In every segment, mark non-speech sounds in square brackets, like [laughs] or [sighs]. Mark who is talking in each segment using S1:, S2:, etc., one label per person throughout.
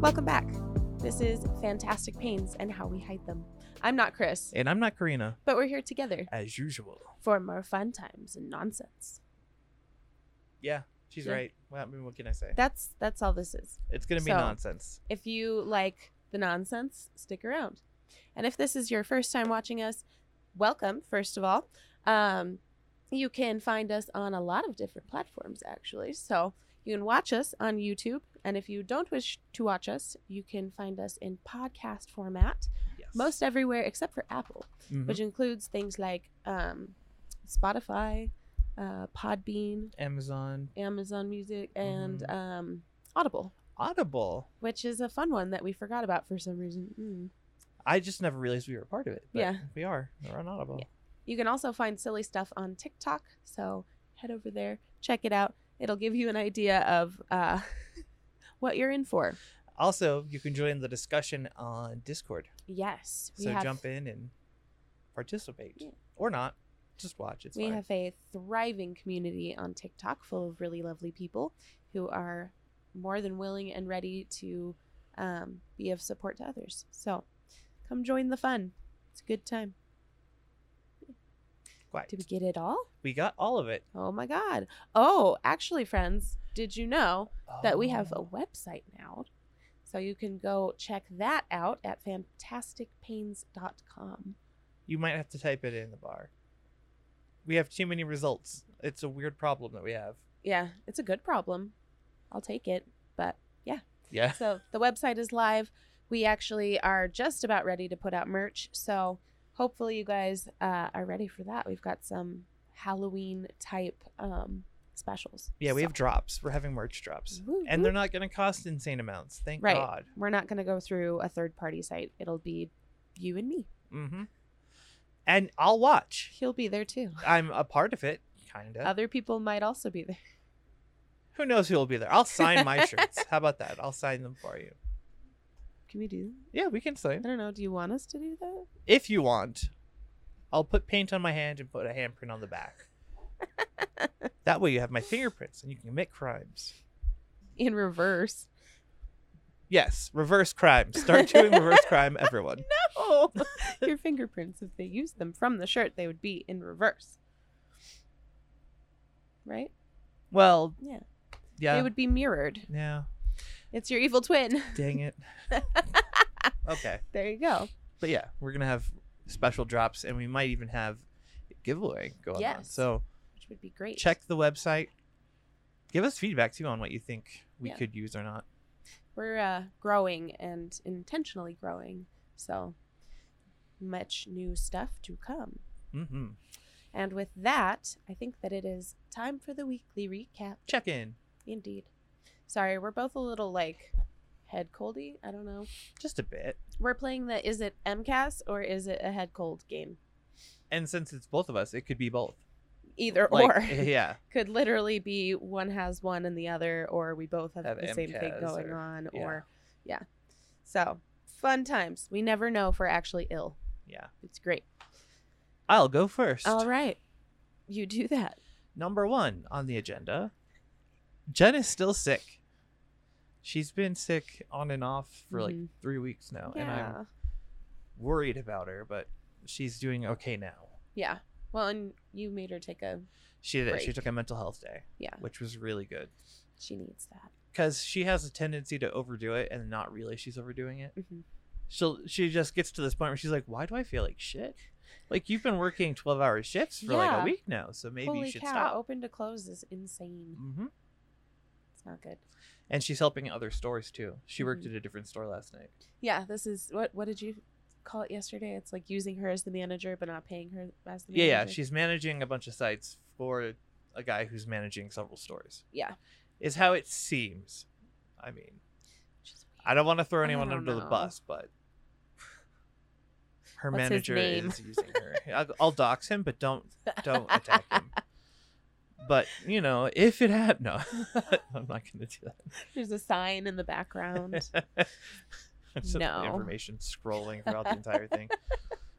S1: Welcome back. This is Fantastic Pains and How We Hide Them. I'm not Chris,
S2: And I'm not Karina,
S1: but we're here together
S2: as usual.
S1: for more fun times and nonsense.
S2: Yeah, she's
S1: Yeah.
S2: right. Well, I mean, what can I say?
S1: That's that's all this is.
S2: It's gonna be
S1: So-
S2: nonsense.
S1: If you like the nonsense, stick around. And if this is your first time watching us, welcome, first of all. Um, you can find us on a lot of different platforms, actually. So you can watch us on YouTube. And if you don't wish to watch us, you can find us in podcast format,
S2: Yes.
S1: most everywhere except for Apple,
S2: Mhm.
S1: which includes things like um, Spotify, uh, Podbean,
S2: Amazon,
S1: Amazon Music, and
S2: Mhm.
S1: um, Audible
S2: Audible.
S1: which is a fun one that we forgot about for some reason. Mm.
S2: I just never realized we were a part of it. But
S1: Yeah.
S2: we are. We're on Audible.
S1: Yeah. You can also find silly stuff on TikTok, so head over there, check it out. It'll give you an idea of uh, [laughs] what you're in for.
S2: Also, you can join the discussion on Discord.
S1: Yes, we
S2: So
S1: have
S2: jump in and participate,
S1: Yeah.
S2: or not. Just watch. It's
S1: we
S2: fine.
S1: have a thriving community on TikTok full of really lovely people who are more than willing and ready to um, be of support to others. So come join the fun. It's a good time.
S2: Quiet.
S1: Did we get it all?
S2: We got all of it.
S1: Oh my God. Oh, actually, friends, did you know that we have a
S2: Oh.
S1: website now? So you can go check that out at fantasticpains.com.
S2: You might have to type it in the bar. We have too many results. It's a weird problem that we have.
S1: Yeah, it's a good problem. I'll take it. But [laughs]
S2: Yeah.
S1: so the website is live. We actually are just about ready to put out merch. So hopefully you guys uh, are ready for that. We've got some Halloween type um, specials.
S2: Yeah, we
S1: So
S2: have drops. We're having merch drops.
S1: Woo,
S2: And they're not going to cost insane amounts. Thank
S1: Right.
S2: God.
S1: we're not going to go through a third party site, it'll be you and me.
S2: hmm And I'll watch.
S1: He'll be there too.
S2: I'm a part of it, kind of.
S1: Other people might also be there.
S2: Who knows who will be there? I'll
S1: [laughs]
S2: sign my shirts. How about that? I'll sign them for you.
S1: Can we do
S2: Yeah, we can
S1: that?
S2: sign.
S1: I don't know. Do you want us to do that?
S2: If you want, I'll put paint on my hand and put a handprint on
S1: [laughs]
S2: the back. that way you have my fingerprints and you can commit crimes.
S1: In
S2: [laughs]
S1: reverse.
S2: Yes, reverse crime. Start doing reverse crime,
S1: [laughs]
S2: everyone.
S1: Oh, your fingerprints, if they used them from the shirt, they would be in reverse. Right?
S2: Well,
S1: Yeah.
S2: yeah.
S1: They would be mirrored.
S2: Yeah.
S1: It's your evil twin. [laughs]
S2: Dang it. okay.
S1: There you go.
S2: but yeah, we're gonna have special drops, and we might even have a giveaway going on.
S1: Yes.
S2: So
S1: Which would be great.
S2: check the website. Give us feedback too on what you think we
S1: Yeah.
S2: could use or not.
S1: We're uh, growing and intentionally growing. So much new stuff to come.
S2: Mm-hmm.
S1: And with that, I think that it is time for the weekly recap.
S2: Check in
S1: Indeed. Sorry, we're both a little like head coldy. I don't know.
S2: just a bit,
S1: We're playing the is it MCAS or is it a head cold game?
S2: and since it's both of us, it could be both.
S1: Either
S2: Like,
S1: or
S2: [laughs] yeah,
S1: could literally be one has one and the other, or we both have,
S2: Have
S1: the same thing
S2: MCAS
S1: going
S2: or-
S1: on,
S2: yeah.
S1: or yeah. So fun times. We never know if we're actually ill.
S2: yeah.
S1: It's great.
S2: I'll go first.
S1: All right, you do that.
S2: Number one on the agenda. Jen is still sick. She's been sick on and off for like
S1: Mhm.
S2: three weeks now, Oh, and
S1: yeah.
S2: I'm worried about her, but she's doing okay now.
S1: yeah. Well, and you made her take a
S2: She did. She
S1: break.
S2: took a mental health day,
S1: yeah.
S2: which was really good
S1: She needs that.
S2: because she has a tendency to overdo it and not realize she's overdoing it.
S1: hmm
S2: She'll she just gets to this point where she's like, "Why do I feel like shit? Like you've been working twelve hour shifts for like
S1: Yeah.
S2: a week now, so maybe
S1: Holy
S2: you should
S1: cow!
S2: stop."
S1: Open to close is insane.
S2: hmm
S1: It's not good.
S2: And she's helping other stores too. She worked
S1: Mhm.
S2: at a different store last night.
S1: Yeah, this is what. What did you call it yesterday? It's like using her as the manager, but not paying her as the
S2: Yeah,
S1: manager.
S2: yeah. She's managing a bunch of sites for a guy who's managing several stores.
S1: Yeah.
S2: is how it seems. I mean,
S1: She's weird.
S2: I don't want to throw
S1: I
S2: anyone
S1: don't
S2: under the
S1: know.
S2: bus,
S1: [laughs]
S2: but her
S1: What's his
S2: manager
S1: name?
S2: is using
S1: [laughs]
S2: her. I'll, I'll dox him, but don't don't attack him. But you know, if it had no, [laughs] I'm not going to do
S1: There's a sign in the
S2: [laughs]
S1: background.
S2: that. It's just
S1: No.
S2: information
S1: [laughs]
S2: scrolling throughout the entire thing.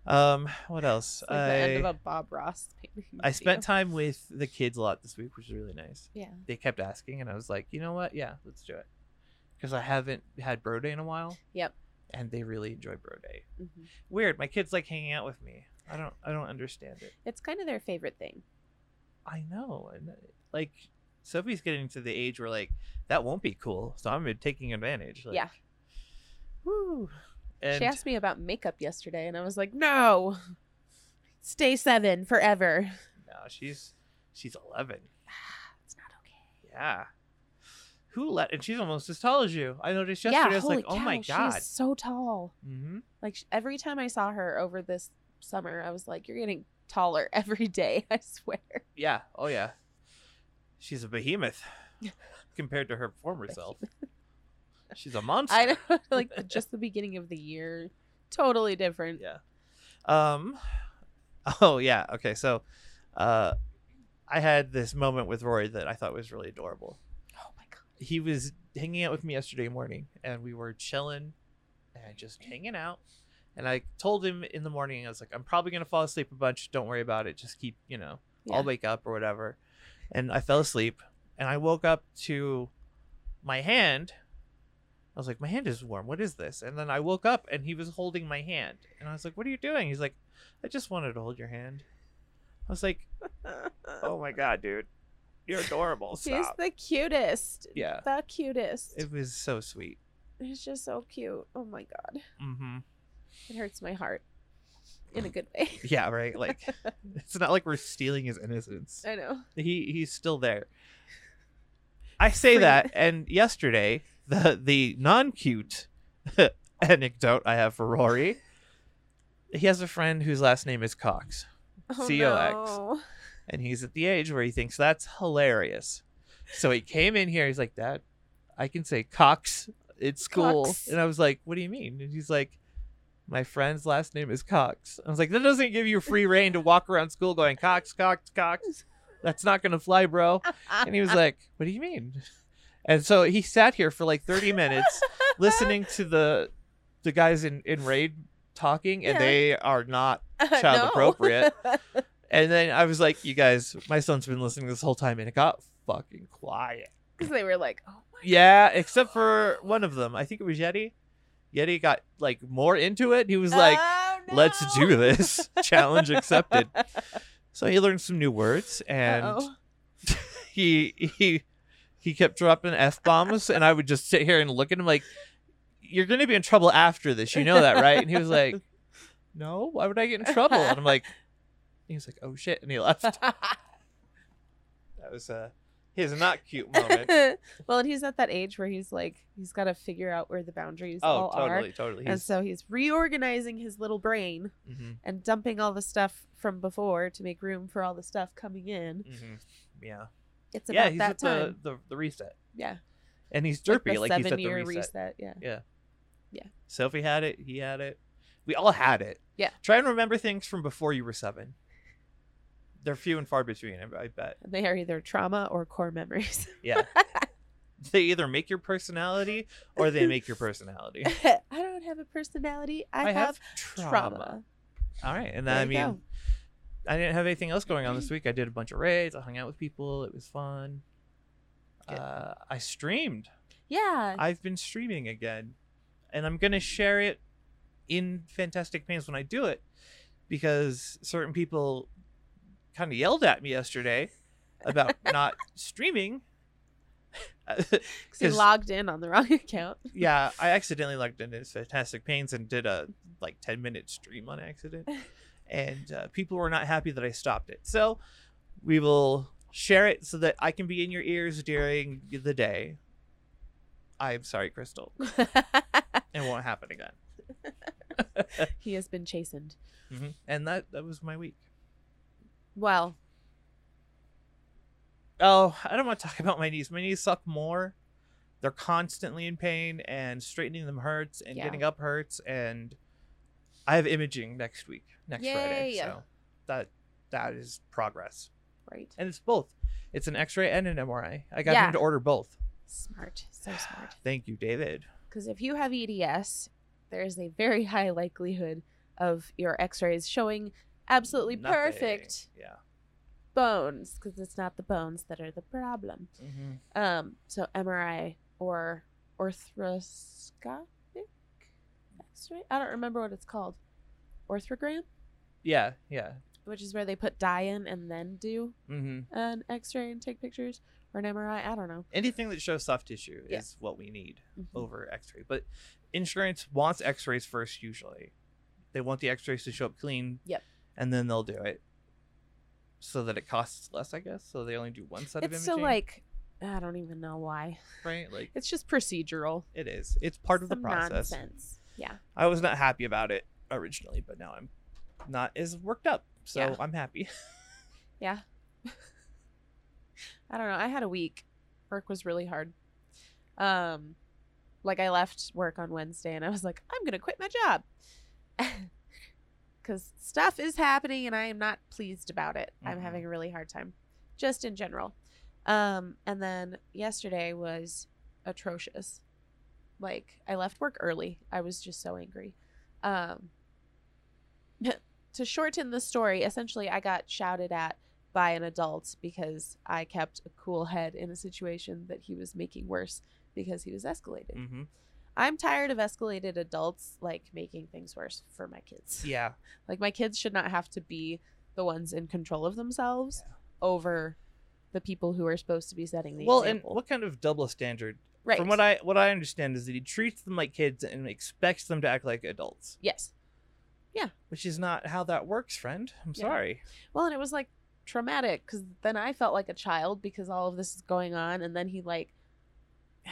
S2: Um, what else?
S1: It's like the end
S2: I
S1: of a Bob Ross painting.
S2: I
S1: video.
S2: spent time with the kids a lot this week, which is really nice.
S1: Yeah.
S2: They kept asking, and I was like, you know what? Yeah, let's do it. because I haven't had bro day in a while.
S1: Yep.
S2: And they really enjoy bro day.
S1: Mhm.
S2: Weird. My kids like hanging out with me. I don't. I don't understand it.
S1: It's kind of their favorite thing.
S2: I know. And like Sophie's getting to the age where like that won't be cool. So I'm taking advantage. Like,
S1: Yeah.
S2: Woo. And
S1: she asked me about makeup yesterday, and I was like, no, stay seven forever.
S2: no, she's she's 11.
S1: it's not okay.
S2: Yeah. Who let? And she's almost as tall as you. I noticed yesterday. I was like, oh my god.
S1: she's so tall.
S2: Mm-hmm.
S1: Like sh- every time I saw her over this summer, I was like, you're getting taller [laughs] every day. I swear.
S2: Yeah. Oh yeah. She's a [laughs] behemoth compared to her former [laughs] self. She's a monster. [laughs]
S1: I know, [laughs] like the, just the beginning of the year, totally different.
S2: Yeah. Um. [laughs] Oh yeah. Okay. So, uh, I had this moment with Rory that I thought was really adorable.
S1: Oh my god.
S2: He was hanging out with me yesterday morning, and we were chilling and just hanging out. And I told him in the morning, I was like, "I'm probably gonna fall asleep a bunch. Don't worry about it. Just keep, you know,
S1: Yeah.
S2: I'll wake up or whatever." And I fell asleep, and I woke up to my hand. I was like, "My hand is warm. What is this?" And then I woke up, and he was holding my hand, and I was like, "What are you doing?" He's like, "I just wanted to hold your hand." I was like, [laughs] "Oh my god, dude,
S1: [laughs]
S2: you're adorable."
S1: She's
S2: Stop.
S1: the cutest.
S2: Yeah,
S1: The cutest.
S2: it was so sweet.
S1: it's just so cute. Oh my god.
S2: Mm-hmm.
S1: It hurts my heart in a good
S2: [laughs]
S1: way.
S2: Yeah, right. Like, it's not like we're stealing his innocence.
S1: I know.
S2: he he's still there. I say
S1: Free-
S2: that, and yesterday the the non cute [laughs] anecdote I have for Rory. He has a friend whose last name is Cox,
S1: Oh,
S2: COX.
S1: no.
S2: and he's at the age where he thinks that's hilarious. So he came in here. He's like, "Dad, I can say Cox at school,"
S1: Cox.
S2: and I was like, "What do you mean?" And he's like. My friend's last name is Cox. I was like, that doesn't give you free reign to walk around school going Cox, Cox, Cox. That's not gonna fly, bro. And he was
S1: [laughs]
S2: like, "What do you mean?" And so he sat here for like 30 minutes listening to the the guys in in raid talking, and
S1: Yeah.
S2: they are not. child
S1: No.
S2: appropriate.
S1: [laughs]
S2: And then I was like, "You guys, my son's been listening this whole time, and it got fucking quiet."
S1: 'Cause they were like, oh my
S2: Yeah, except for one of them. I think it was Yeti. Yeti got like more into it. He was like,
S1: Oh,
S2: "Let's
S1: no."
S2: do this.
S1: [laughs]
S2: Challenge accepted." So he learned some new words,
S1: [laughs]
S2: and
S1: Uh-oh.
S2: he he he kept dropping f bombs, and I would just sit here and look at him like, "You're gonna be in trouble after this, you know that, right?" And he was
S1: [laughs]
S2: like, "No, why would I get in trouble?" And I'm like, he was like, "Oh shit," and
S1: [laughs]
S2: he left. That was uh, his not cute
S1: [laughs]
S2: moment.
S1: well, and he's at that age where he's like, he's got to figure out where the boundaries
S2: oh,
S1: all
S2: totally,
S1: are.
S2: totally.
S1: And
S2: He's,
S1: so he's reorganizing his little brain
S2: mhm,
S1: and dumping all the stuff from before to make room for all the stuff coming in.
S2: mhm. Yeah,
S1: It's
S2: yeah.
S1: about
S2: He's
S1: that
S2: at
S1: time.
S2: the, the the reset,
S1: yeah.
S2: and he's derpy, like,
S1: the
S2: he's at the
S1: seven-year
S2: reset.
S1: Yeah.
S2: Sophie had it. He had it. We all had it.
S1: Yeah.
S2: Try and remember things from before you were seven. They're few and far between. I, I bet.
S1: And they are either trauma or core
S2: [laughs]
S1: memories. [laughs]
S2: Yeah. they either make your personality or they make your personality.
S1: I don't have a personality. [laughs] I, have, trauma.
S2: All right, and
S1: There
S2: I
S1: you
S2: mean,
S1: go.
S2: I didn't have anything else going on this week. I did a bunch of raids. I hung out with people. It was fun.
S1: Good.
S2: Uh, I streamed.
S1: Yeah.
S2: I've been streaming again, and I'm gonna share it in Fantastic Pains when I do it, because certain people kind of yelled at me yesterday about not streaming. [laughs]
S1: 'cause he
S2: 'Cause-
S1: logged in on the wrong [laughs]
S2: [laughs]
S1: account.
S2: yeah, I accidentally logged into Fantastic Pains and did a like 10 minute stream on accident, and uh, people were not happy that I stopped it. So we will share it so that I can be in your ears during the day. I'm sorry, Crystal. It won't happen again.
S1: he has been chastened.
S2: And that that was my week.
S1: Well,
S2: Oh, I don't want to talk [laughs] about my knees. My knees suck more. They're constantly in pain, and straightening them hurts, and
S1: Yeah.
S2: getting up hurts, and I have imaging next week, next Friday.
S1: Yay.
S2: So that that is progress,
S1: right.
S2: and it's both. It's an X-ray and an MRI. I got
S1: Yeah.
S2: him to order both.
S1: Smart. So
S2: [sighs]
S1: smart.
S2: Thank you, David.
S1: Because if you have EDS, there is a very high likelihood of your x rays showing absolutely
S2: Nothing.
S1: perfect
S2: Yeah.
S1: bones because it's not the bones that are the problem.
S2: Mm-hmm.
S1: Um, so MRI or orthoscopic X-ray. I don't remember what it's called. Orthogram,
S2: Yeah, yeah.
S1: which is where they put dye in and then do
S2: Mm-hmm.
S1: an X-ray and take pictures or an MRI. I don't know.
S2: Anything that shows soft tissue
S1: Yeah.
S2: is what we need
S1: Mhm.
S2: over X-ray. But insurance wants X-rays first. Usually, they want the X-rays to show up clean.
S1: Yep.
S2: And then they'll do it, so that it costs less, I guess. So they only do one set of
S1: It's
S2: imaging.
S1: still like I don't even know why.
S2: right, like
S1: It's just procedural.
S2: it is. It's part of the
S1: Some
S2: process.
S1: Nonsense. Yeah.
S2: I was not happy about it originally, but now I'm not as worked up, so
S1: Yeah.
S2: I'm happy. [laughs]
S1: Yeah. I don't know. I had a week. Work was really hard. Um like I left work on Wednesday and I was like, I'm going to quit my job. [laughs] Cuz stuff is happening and I am not pleased about it. I'm
S2: Mhm.
S1: having a really hard time just in general. Um and then yesterday was atrocious. Like I left work early. I was just so angry. Um [laughs] to shorten the story, essentially I got shouted at by an adult because I kept a cool head in a situation that he was making worse because he was escalated.
S2: mm-hmm.
S1: I'm tired of escalated adults like making things worse for my kids.
S2: Yeah,
S1: Like my kids should not have to be the ones in control of themselves over the people who are supposed to be setting the
S2: well
S1: example.
S2: and what kind of double standard
S1: right.
S2: from what i what i understand is that he treats them like kids and expects them to act like adults
S1: yes.
S2: which is not how that works friend i'm
S1: Yeah.
S2: sorry
S1: Well, and it was like traumatic because then I felt like a child because all of this is going on, and then he like,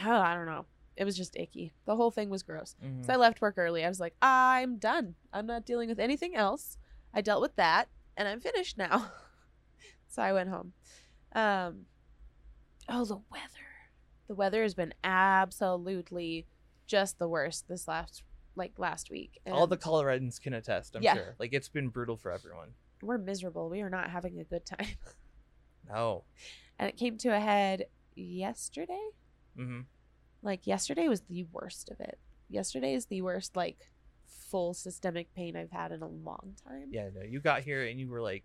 S1: oh, I don't know. It was just icky. The whole thing was gross.
S2: Mm-hmm. Hmm.
S1: So I left work early. I was like, I'm done. I'm not dealing with anything else. I dealt with that and I'm finished now. [laughs] so I went home. Um, oh, the weather. The weather has been absolutely just the worst this last like last week.
S2: all
S1: and
S2: the coloradans can attest i'm
S1: Yeah.
S2: sure like it's been brutal for everyone
S1: we're miserable. We are not having a good time.
S2: no
S1: and it came to a head yesterday.
S2: hmm
S1: Like yesterday was the worst of it. Yesterday is the worst like full systemic pain I've had in a long time.
S2: yeah no you got here and you were like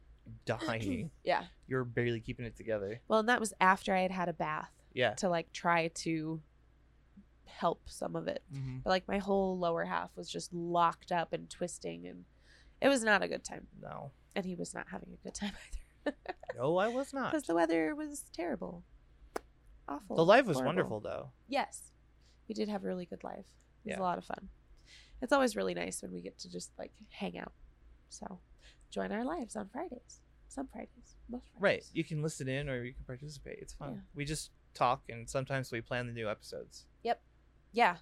S1: [laughs]
S2: dying
S1: yeah.
S2: you were barely keeping it together
S1: Well, and that was after I had had a bath
S2: yeah
S1: to like try to help some of it.
S2: mm-hmm.
S1: But like my whole lower half was just locked up and twisting, and it was not a good time.
S2: no
S1: And he was not having a good time [laughs] either
S2: no i was not
S1: because the weather was terrible, awful.
S2: the life was
S1: horrible.
S2: wonderful though
S1: Yes, we did have a really good life. It was
S2: Yeah.
S1: a lot of fun. It's always really nice when we get to just like hang out. So join our lives on Fridays, some Fridays, most Fridays.
S2: right you can listen in or you can participate it's fun
S1: Yeah.
S2: we just talk and sometimes we plan the new episodes
S1: Yeah.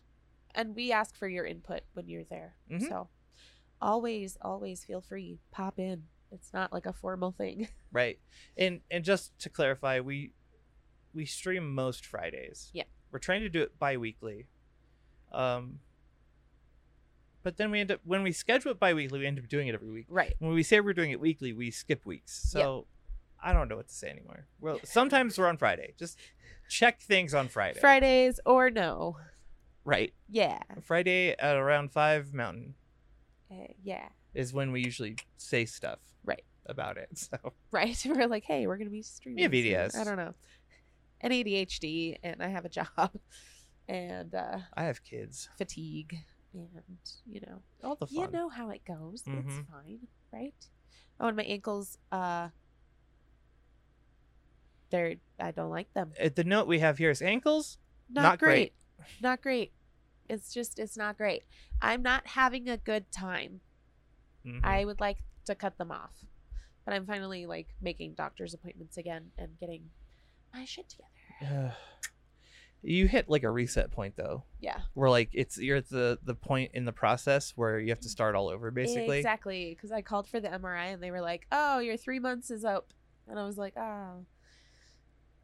S1: And we ask for your input when you're there.
S2: Mhm.
S1: So always, always feel free. Pop in. It's not like a formal thing.
S2: right and and just to clarify we we stream most fridays
S1: Yeah.
S2: we're trying to do it bi-weekly um but then we end up when we schedule it bi-weekly we end up doing it every week
S1: Right.
S2: when we say we're doing it weekly we skip weeks
S1: Yeah.
S2: so i don't know what to say anymore well sometimes we're on friday just check things on friday
S1: [laughs] Fridays or no.
S2: right
S1: Yeah.
S2: friday at around five mountain
S1: Uh, yeah. [laughs]
S2: is when we usually say stuff
S1: Right.
S2: about it [laughs] so
S1: Right. We're like, hey, we're going to be streaming.
S2: Yeah,
S1: soon.
S2: BDS.
S1: I don't know. And ADHD, and I have a job, [laughs] and uh,
S2: i have kids
S1: fatigue, and, you know,
S2: all the fun
S1: you know how it goes. It's
S2: Mhm.
S1: fine, right? Oh, and my ankles, uh, they're, I don't like them.
S2: Uh, the note we have here is ankles
S1: not,
S2: Not
S1: great.
S2: great.
S1: Not great. It's just it's not great. I'm not having a good time.
S2: Mhm.
S1: I would like to cut them off. But I'm finally like making doctor's appointments again and getting my shit together.
S2: Ugh. [sighs] you hit like a reset point though
S1: Yeah.
S2: where like it's you're at the the point in the process where you have to start all over basically
S1: Exactly, cuz I called for the MRI and they were like, "Oh, your 3 months is up." And I was like, "Oh.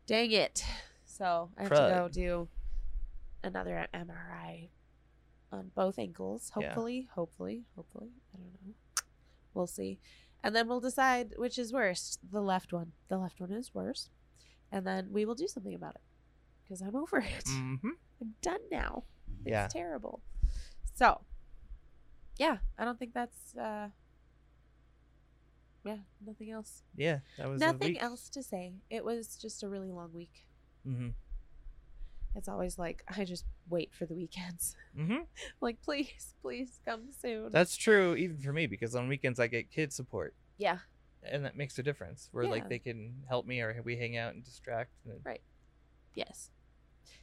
S1: Dang it." So, I have
S2: Crud.
S1: to go do another MRI on both ankles,
S2: Yeah.
S1: hopefully, hopefully, hopefully. I don't know. We'll see. And then we'll decide which is worse. The left one. The left one is worse. And then we will do something about it. Cuz I'm over it.
S2: hmm
S1: I'm [laughs] done now. It's
S2: Yeah.
S1: terrible. So, yeah, I don't think that's uh yeah, nothing else.
S2: yeah that was Mm-hmm.
S1: Nothing else to say. It was just a really long week.
S2: hmm
S1: It's always like I just wait for the weekends. [laughs]
S2: Mm-hmm.
S1: like please, please come soon.
S2: That's true even for me because on weekends I get kid support
S1: yeah,
S2: and that makes a difference where
S1: Yeah.
S2: like they can help me or we hang out and distract. And
S1: Right. yes.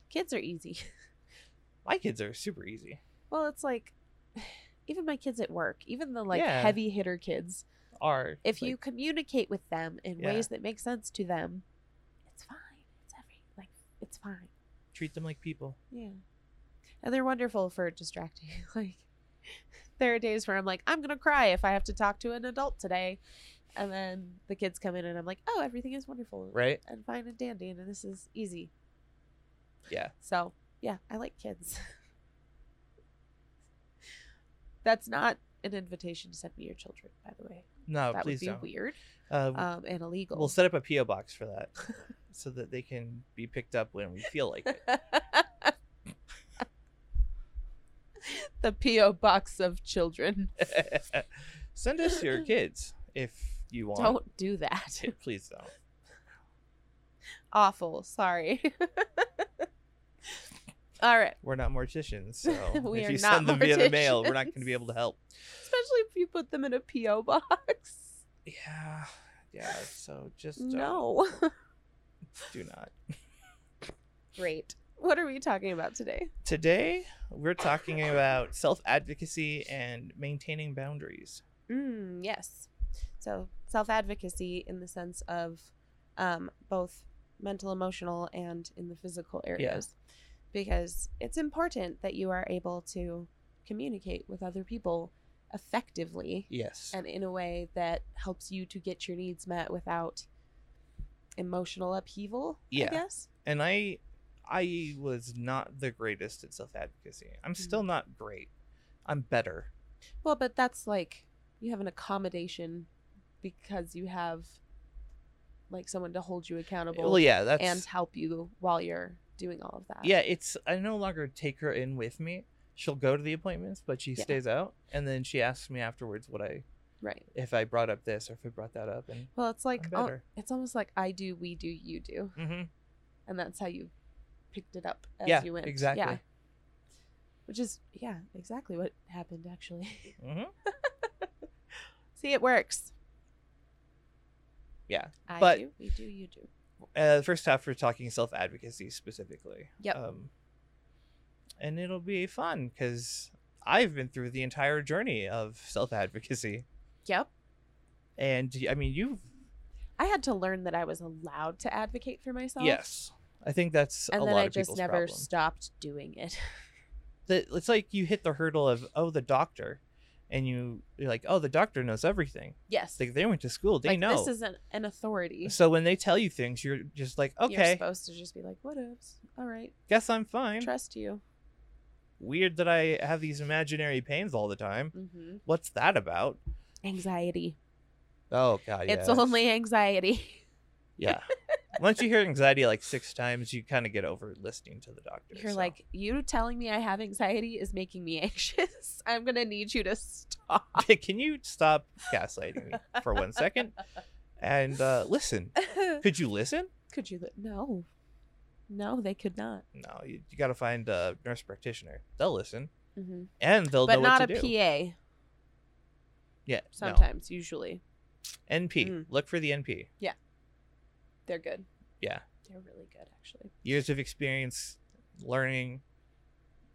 S1: Kids are easy. [laughs]
S2: My kids are super easy.
S1: Well, it's like [sighs] even my kids at work, even the like
S2: Yeah.
S1: heavy hitter kids,
S2: Are
S1: if
S2: like,
S1: you communicate with them in
S2: Yeah.
S1: ways that make sense to them, it's fine. It's every like it's fine.
S2: treat them like people.
S1: Yeah. And they're wonderful for distracting. [laughs] Like there are days where I'm like, I'm gonna cry if I have to talk to an adult today. And then the kids come in and I'm like, oh, everything is wonderful
S2: Right?
S1: and fine and dandy and this is easy.
S2: Yeah.
S1: So yeah, I like kids. [laughs] That's not an invitation to send me your children, by the way. that
S2: No,
S1: would
S2: Oh, please
S1: be
S2: don't.
S1: weird
S2: Uh,
S1: um, and illegal.
S2: We'll set up a PO box for that, so that they can be picked up when we feel like it.
S1: [laughs] the PO box of children. [laughs]
S2: Send us your kids if you want.
S1: Don't do that.
S2: T- Please don't.
S1: [laughs] Awful. Sorry. [laughs] All right.
S2: We're not morticians, so
S1: [laughs] We
S2: if
S1: are
S2: you
S1: not
S2: send them via the mail, we're not going to be
S1: morticians.
S2: able to help.
S1: Especially if you put them in a PO box.
S2: Yeah, yeah. So just don't.
S1: No.
S2: do not.
S1: Great. What are we talking about today?
S2: Today we're talking about self advocacy and maintaining boundaries.
S1: Mm, yes. So self advocacy in the sense of um, both mental, emotional, and in the physical areas. Because it's important that you are able to communicate with other people effectively
S2: Yes.
S1: and in a way that helps you to get your needs met without emotional upheaval, I
S2: Yeah.
S1: guess.
S2: and I I was not the greatest at self advocacy.
S1: Mm.
S2: I'm still not great. I'm better.
S1: Well, but that's like you have an accommodation because you have like someone to hold you accountable.
S2: Well, yeah, that's
S1: and help you while you're doing all of that.
S2: yeah. It's I no longer take her in with me. She'll go to the appointments, but she
S1: Yeah.
S2: stays out, and then she asks me afterwards what I
S1: Right.
S2: if I brought up this or if I brought that up, and
S1: Well, it's like oh,
S2: I'm
S1: al-
S2: better.
S1: it's almost like I do, we do, you do,
S2: hmm
S1: and that's how you picked it up as
S2: yeah,
S1: you went.
S2: exactly.
S1: Yeah. Which is yeah, exactly what happened actually. [laughs]
S2: hmm
S1: See, it works.
S2: Yeah,
S1: I
S2: but-
S1: do, we do, you do.
S2: Uh, the first half we're talking self advocacy specifically.
S1: Yep.
S2: Um, and it'll be fun because I've been through the entire journey of self advocacy,
S1: Yep.
S2: and I mean you've
S1: I had to learn that I was allowed to advocate for myself.
S2: Yes, I think that's
S1: And
S2: a
S1: then
S2: lot
S1: I
S2: of
S1: just
S2: people's
S1: never
S2: problem.
S1: stopped doing it. [laughs]
S2: That- it's like you hit the hurdle of oh the doctor, and you you're like oh the doctor knows everything.
S1: Yes.
S2: It's like they went to school, they
S1: Like,
S2: know.
S1: This is an, an authority.
S2: so when they tell you things, you're just like
S1: You're
S2: okay,
S1: supposed to just be like, what ifs? All right.
S2: guess I'm fine.
S1: Trust you.
S2: Weird that I have these imaginary pains all the time.
S1: hmm
S2: What's that about?
S1: Anxiety.
S2: Oh god,
S1: It's
S2: yeah.
S1: only anxiety.
S2: [laughs]
S1: [laughs]
S2: yeah. Once you hear anxiety like six times, you kind of get over listening to the doctor.
S1: You're
S2: so. [laughs]
S1: like, you telling me I have anxiety is making me [laughs] anxious. I'm gonna need you to stop.
S2: can you stop gaslighting me for one second and uh,
S1: [laughs]
S2: listen? Could you listen?
S1: [laughs] could you? Li- no, no, they could not.
S2: No, you, you got to find a nurse practitioner. They'll listen
S1: Mhm.
S2: and they'll
S1: But
S2: know
S1: not a
S2: what to do.
S1: PA.
S2: Yeah, no.
S1: Sometimes, usually,
S2: NP.
S1: Mm.
S2: Look for the NP.
S1: they're good.
S2: Yeah.
S1: they're really good, actually.
S2: Years of experience, learning,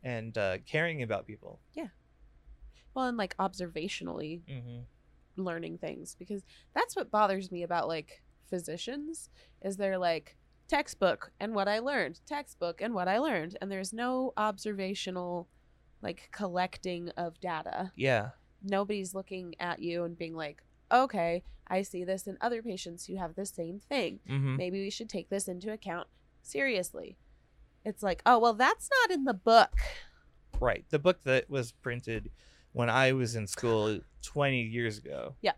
S2: and uh, caring about people.
S1: Well, and like observationally
S2: Mm-hmm.
S1: learning things because that's what bothers me about like physicians is they're like textbook and what I learned, textbook and what I learned, and there's no observational like collecting of data.
S2: Yeah.
S1: nobody's looking at you and being like, okay, I see this in other patients who have the same thing.
S2: Mm-hmm.
S1: Maybe we should take this into account seriously. It's like, oh, well, that's not in the book.
S2: Right. The book that was printed when I was
S1: [laughs]
S2: in school 20 years ago.
S1: Yeah.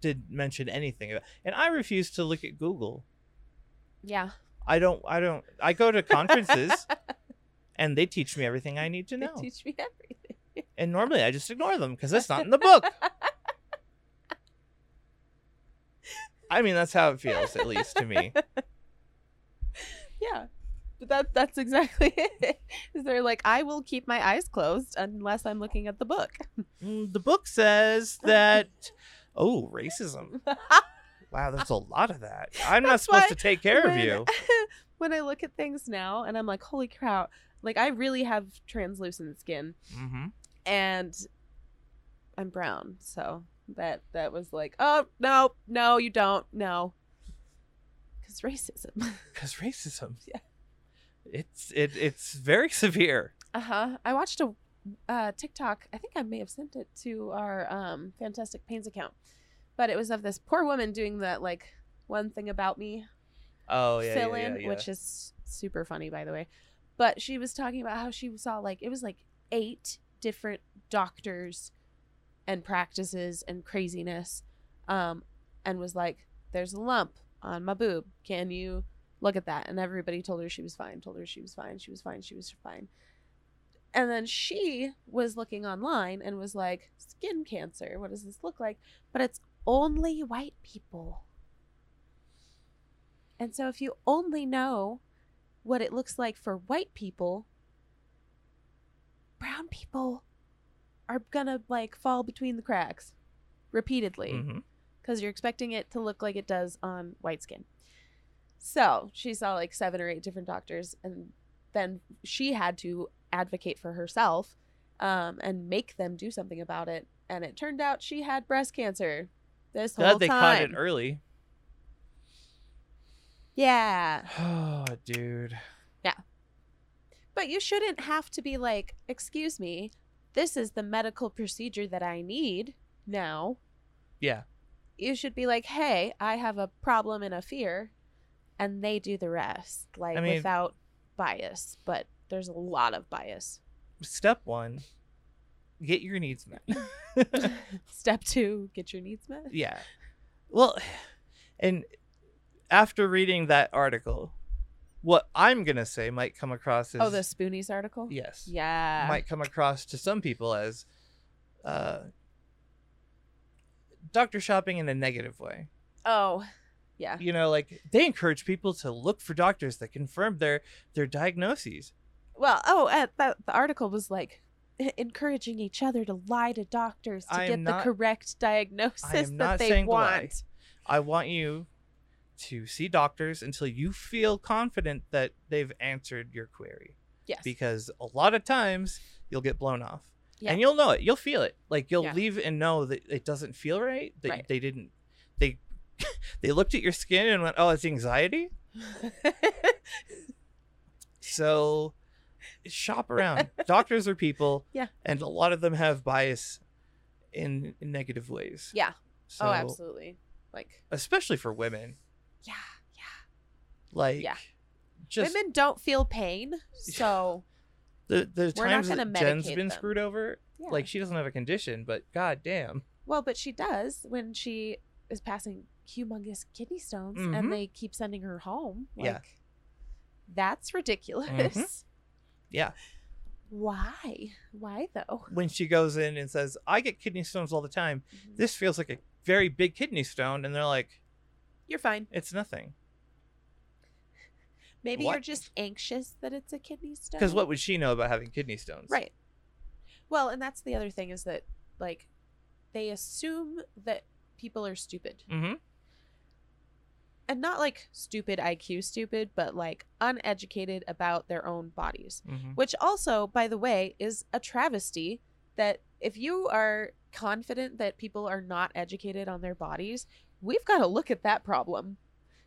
S2: Did mention anything about, and I refuse to look at Google.
S1: Yeah.
S2: I don't. I don't. I go
S1: [laughs]
S2: to conferences, and they teach me everything I need to
S1: They
S2: know.
S1: teach me everything.
S2: And normally I just ignore them because that's [laughs] not in the book. I mean, that's how it feels, at least to me.
S1: Yeah. But that that's exactly [laughs] it. Is they're like, I will keep my eyes closed unless I'm looking at the book.
S2: Mm, The book says that. [laughs] Oh, racism. Wow, there's a lot of that. I'm not
S1: That's
S2: supposed
S1: why
S2: to take care of
S1: when-
S2: [laughs] you.
S1: [laughs] when I look at things now and I'm like, holy crap, like I really have translucent skin
S2: hmm
S1: and I'm brown. So that that was like, oh no, no, you don't, no. Cause racism.
S2: Because racism.
S1: Yeah.
S2: It's it it's very severe.
S1: uh-huh. I watched a uh, TikTok. I think I may have sent it to our um, Fantastic Pains account. But it was of this poor woman doing that like one thing about me
S2: Oh yeah,
S1: fill
S2: yeah, yeah,
S1: in,
S2: yeah.
S1: which is super funny, by the way. But she was talking about how she saw like it was like eight different doctors and practices and craziness, um, and was like, "There's a lump on my boob. Can you look at that?" And everybody told her she was fine. Told her she was fine. She was fine. She was fine. And then she was looking online and was like, "Skin cancer. What does this look like?" But it's only white people. And so if you only know what it looks like for white people, brown people are gonna like fall between the cracks repeatedly
S2: Mhm.
S1: because you're expecting it to look like it does on white skin. So she saw like seven or eight different doctors, and then she had to advocate for herself um, and make them do something about it. And it turned out she had breast cancer this whole
S2: Glad they
S1: time.
S2: caught it early. [sighs]
S1: yeah.
S2: Oh, dude.
S1: But you shouldn't have to be like, excuse me, this is the medical procedure that I need now.
S2: Yeah.
S1: You should be like, hey, I have a problem and a fear, and they do the rest, like
S2: I mean-
S1: without bias. But there's a lot of bias. [laughs]
S2: Step one, get your needs [laughs] met.
S1: Step two, get your needs met.
S2: yeah. Well, [sighs] and after reading that article, what I'm gonna say might come across as
S1: Oh, the Spoonies article?
S2: yes,
S1: Yeah.
S2: might come across to some people as uh, doctor shopping in a negative way.
S1: Oh, yeah.
S2: You know, like they encourage people to look for doctors that confirm their their diagnoses.
S1: Well, oh, uh, that, the article was like "E-, encouraging each other to lie to doctors to
S2: I am
S1: get
S2: not-
S1: the correct diagnosis that
S2: not
S1: they
S2: saying to lie.
S1: want.
S2: I want you to see doctors until you feel confident that they've answered your query.
S1: Yes.
S2: because a lot of times you'll get blown off
S1: Yeah.
S2: and you'll know it you'll feel it like you'll
S1: Yeah.
S2: leave and know that it doesn't feel right that
S1: Right.
S2: they didn't they [laughs] they looked at your skin and went oh it's anxiety so
S1: [laughs]
S2: shop around doctors are people
S1: Yeah.
S2: and a lot of them have bias in, in negative ways
S1: [laughs] yeah.
S2: so
S1: oh, absolutely. Like,
S2: especially for women
S1: yeah, yeah.
S2: like
S1: Yeah.
S2: just
S1: Women don't feel pain, so
S2: the, the
S1: We're not
S2: times
S1: gonna
S2: that jen's
S1: medicate
S2: been
S1: them.
S2: screwed over
S1: yeah.
S2: like she doesn't have a condition but god damn
S1: well, but she does when she is passing humongous kidney stones,
S2: Mhm.
S1: and they keep sending her home. Like,
S2: Yeah. Mm-hmm.
S1: That's ridiculous.
S2: Yeah.
S1: Why? Why though?
S2: when she goes in and says, I get kidney stones all the time. This feels like a very big kidney stone. And they're like,
S1: You're fine.
S2: it's nothing.
S1: Maybe you're
S2: What?
S1: just anxious that it's a kidney stone.
S2: Because what would she know about having kidney stones?
S1: Right. Well, and that's the other thing is that like they assume that people are stupid.
S2: Mm-hmm.
S1: And not like stupid IQ stupid, but like uneducated about their own bodies.
S2: mm-hmm.
S1: Which also, by the way, is a travesty that if you are confident that people are not educated on their bodies, we've got to look at that problem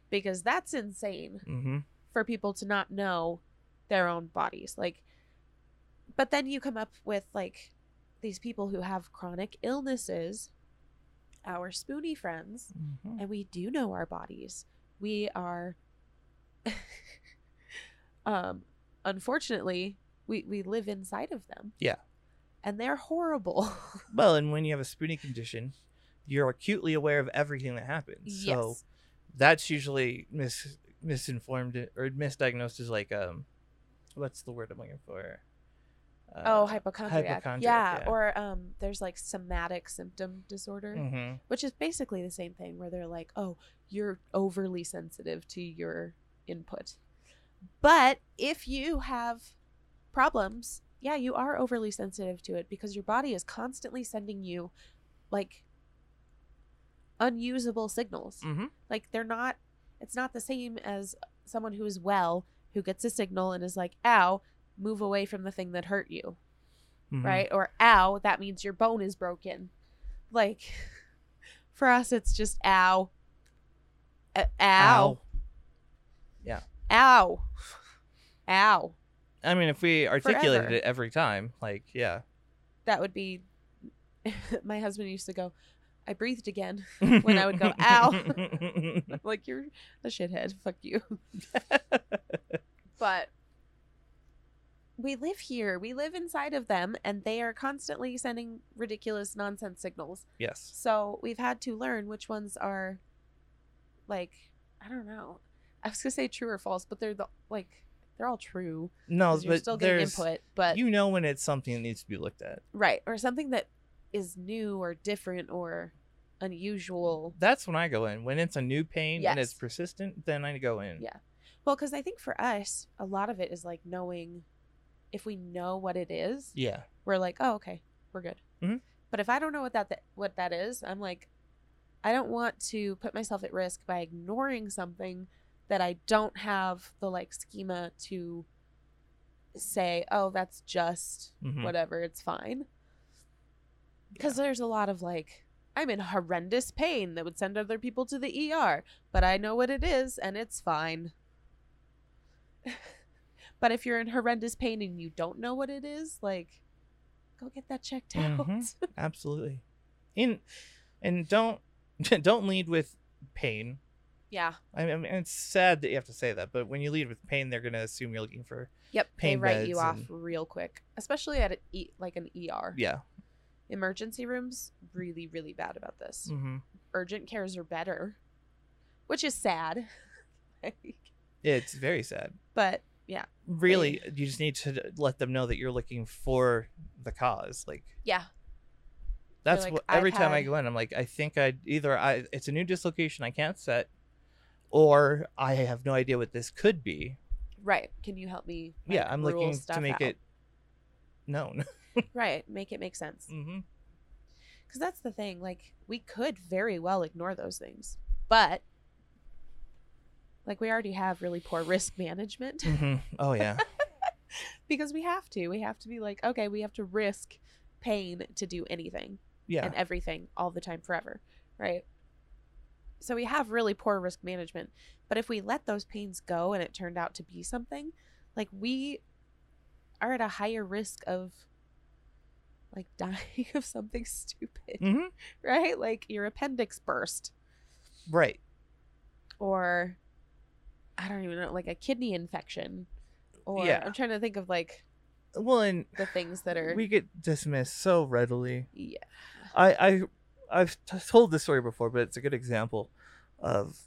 S1: because that's insane
S2: Mm-hmm.
S1: for people to not know their own bodies like but then you come up with like these people who have chronic illnesses our spoony friends
S2: Mm-hmm.
S1: and we do know our bodies we are [laughs] um unfortunately we we live inside of them
S2: Yeah.
S1: and they're horrible [laughs]
S2: Well, and when you have a spoonie condition, you're acutely aware of everything that happens. So
S1: yes
S2: that's usually mis- misinformed or misdiagnosed as like, um, what's the word I'm looking for? Uh,
S1: oh hypochondriac,
S2: hypochondriac,
S1: yeah,
S2: yeah.
S1: or um there's like somatic symptom disorder
S2: hmm
S1: which is basically the same thing where they're like oh you're overly sensitive to your input But if you have problems, yeah, you are overly sensitive to it because your body is constantly sending you like unusable signals.
S2: Mm-hmm.
S1: Like they're not it's not the same as someone who is well who gets a signal and is like, "Ow, move away from the thing that hurt you."
S2: mm-hmm.
S1: right? Or ow, that means your bone is broken. Like [laughs] for us, it's just ow, Uh, ow,
S2: Ow. Yeah.
S1: ow, ow.
S2: I mean, if we articulated
S1: Forever.
S2: it every time, like, yeah.
S1: That would be. [laughs] My husband used to go, "I breathed again." [laughs] When I would go, "Ow." I'm like you're a shithead. Fuck you. [laughs] but we live here. We live inside of them, and they are constantly sending ridiculous nonsense signals.
S2: [laughs] yes.
S1: So we've had to learn which ones are like I don't know. I was gonna say true or false, but they're the like they're all true.
S2: No,
S1: 'cause you're
S2: but
S1: still getting
S2: there's
S1: input, but
S2: you know when it's something that needs to be looked at.
S1: right or something that is new or different or unusual.
S2: That's when I go in. When it's a new pain and it's
S1: Yes.
S2: persistent, then I go in.
S1: Yeah. Well, because I think for us, a lot of it is like knowing if we know what it is,
S2: Yeah.
S1: we're like, oh okay, we're good.
S2: Mhm.
S1: But if I don't know what that, that what that is, I'm like, I don't want to put myself at risk by ignoring something that I don't have the like schema to say, oh, that's just
S2: Mhm.
S1: whatever, it's fine. Because there's a lot of like, I'm in horrendous pain that would send other people to the ER, but I know what it is and it's fine. [laughs] but if you're in horrendous pain and you don't know what it is, like, go get that checked out.
S2: Mhm. [laughs] Absolutely. In and don't [laughs] don't lead with pain.
S1: [laughs] yeah.
S2: I mean, it's sad that you have to say that, but when you lead with pain, they're gonna assume you're looking for
S1: Yep,
S2: pain
S1: they write you
S2: meds
S1: off
S2: and-
S1: real quick, especially at a e- like an ER.
S2: yeah.
S1: Emergency rooms really, really bad about this.
S2: Mm-hmm.
S1: Urgent cares are better, which is sad. [laughs]
S2: It's very sad.
S1: but yeah,
S2: Really, you just need to let them know that you're looking for the cause. Like
S1: yeah,
S2: that's
S1: like,
S2: what
S1: "I've
S2: every time I
S1: had-
S2: go in, I'm like, I think I either I it's a new dislocation I can't set, or I have no idea what this could be.
S1: right. Can you help me?
S2: yeah,
S1: like,
S2: I'm
S1: rule
S2: looking to
S1: stuff
S2: make
S1: out?
S2: it [laughs] known.
S1: [laughs] right. Make it make sense.
S2: mm-hmm.
S1: Because that's the thing. Like, we could very well ignore those things, but like, we already have really poor risk [laughs] management
S2: hmm
S1: [laughs]
S2: Oh yeah,
S1: because we have to. We have to be like, okay, we have to risk pain to do anything.
S2: yeah.
S1: and everything all the time forever, right? So we have really poor risk management. But if we let those pains go and it turned out to be something, like we are at a higher risk of like [laughs] dying of something stupid,
S2: hmm
S1: right? Like your appendix burst
S2: Right.
S1: or I don't even know, like a kidney infection. Or
S2: Yeah.
S1: I'm trying to think of like
S2: Well, and
S1: the things that are
S2: we get dismissed so readily.
S1: yeah.
S2: I, I I've t- told this story before, but it's a good example of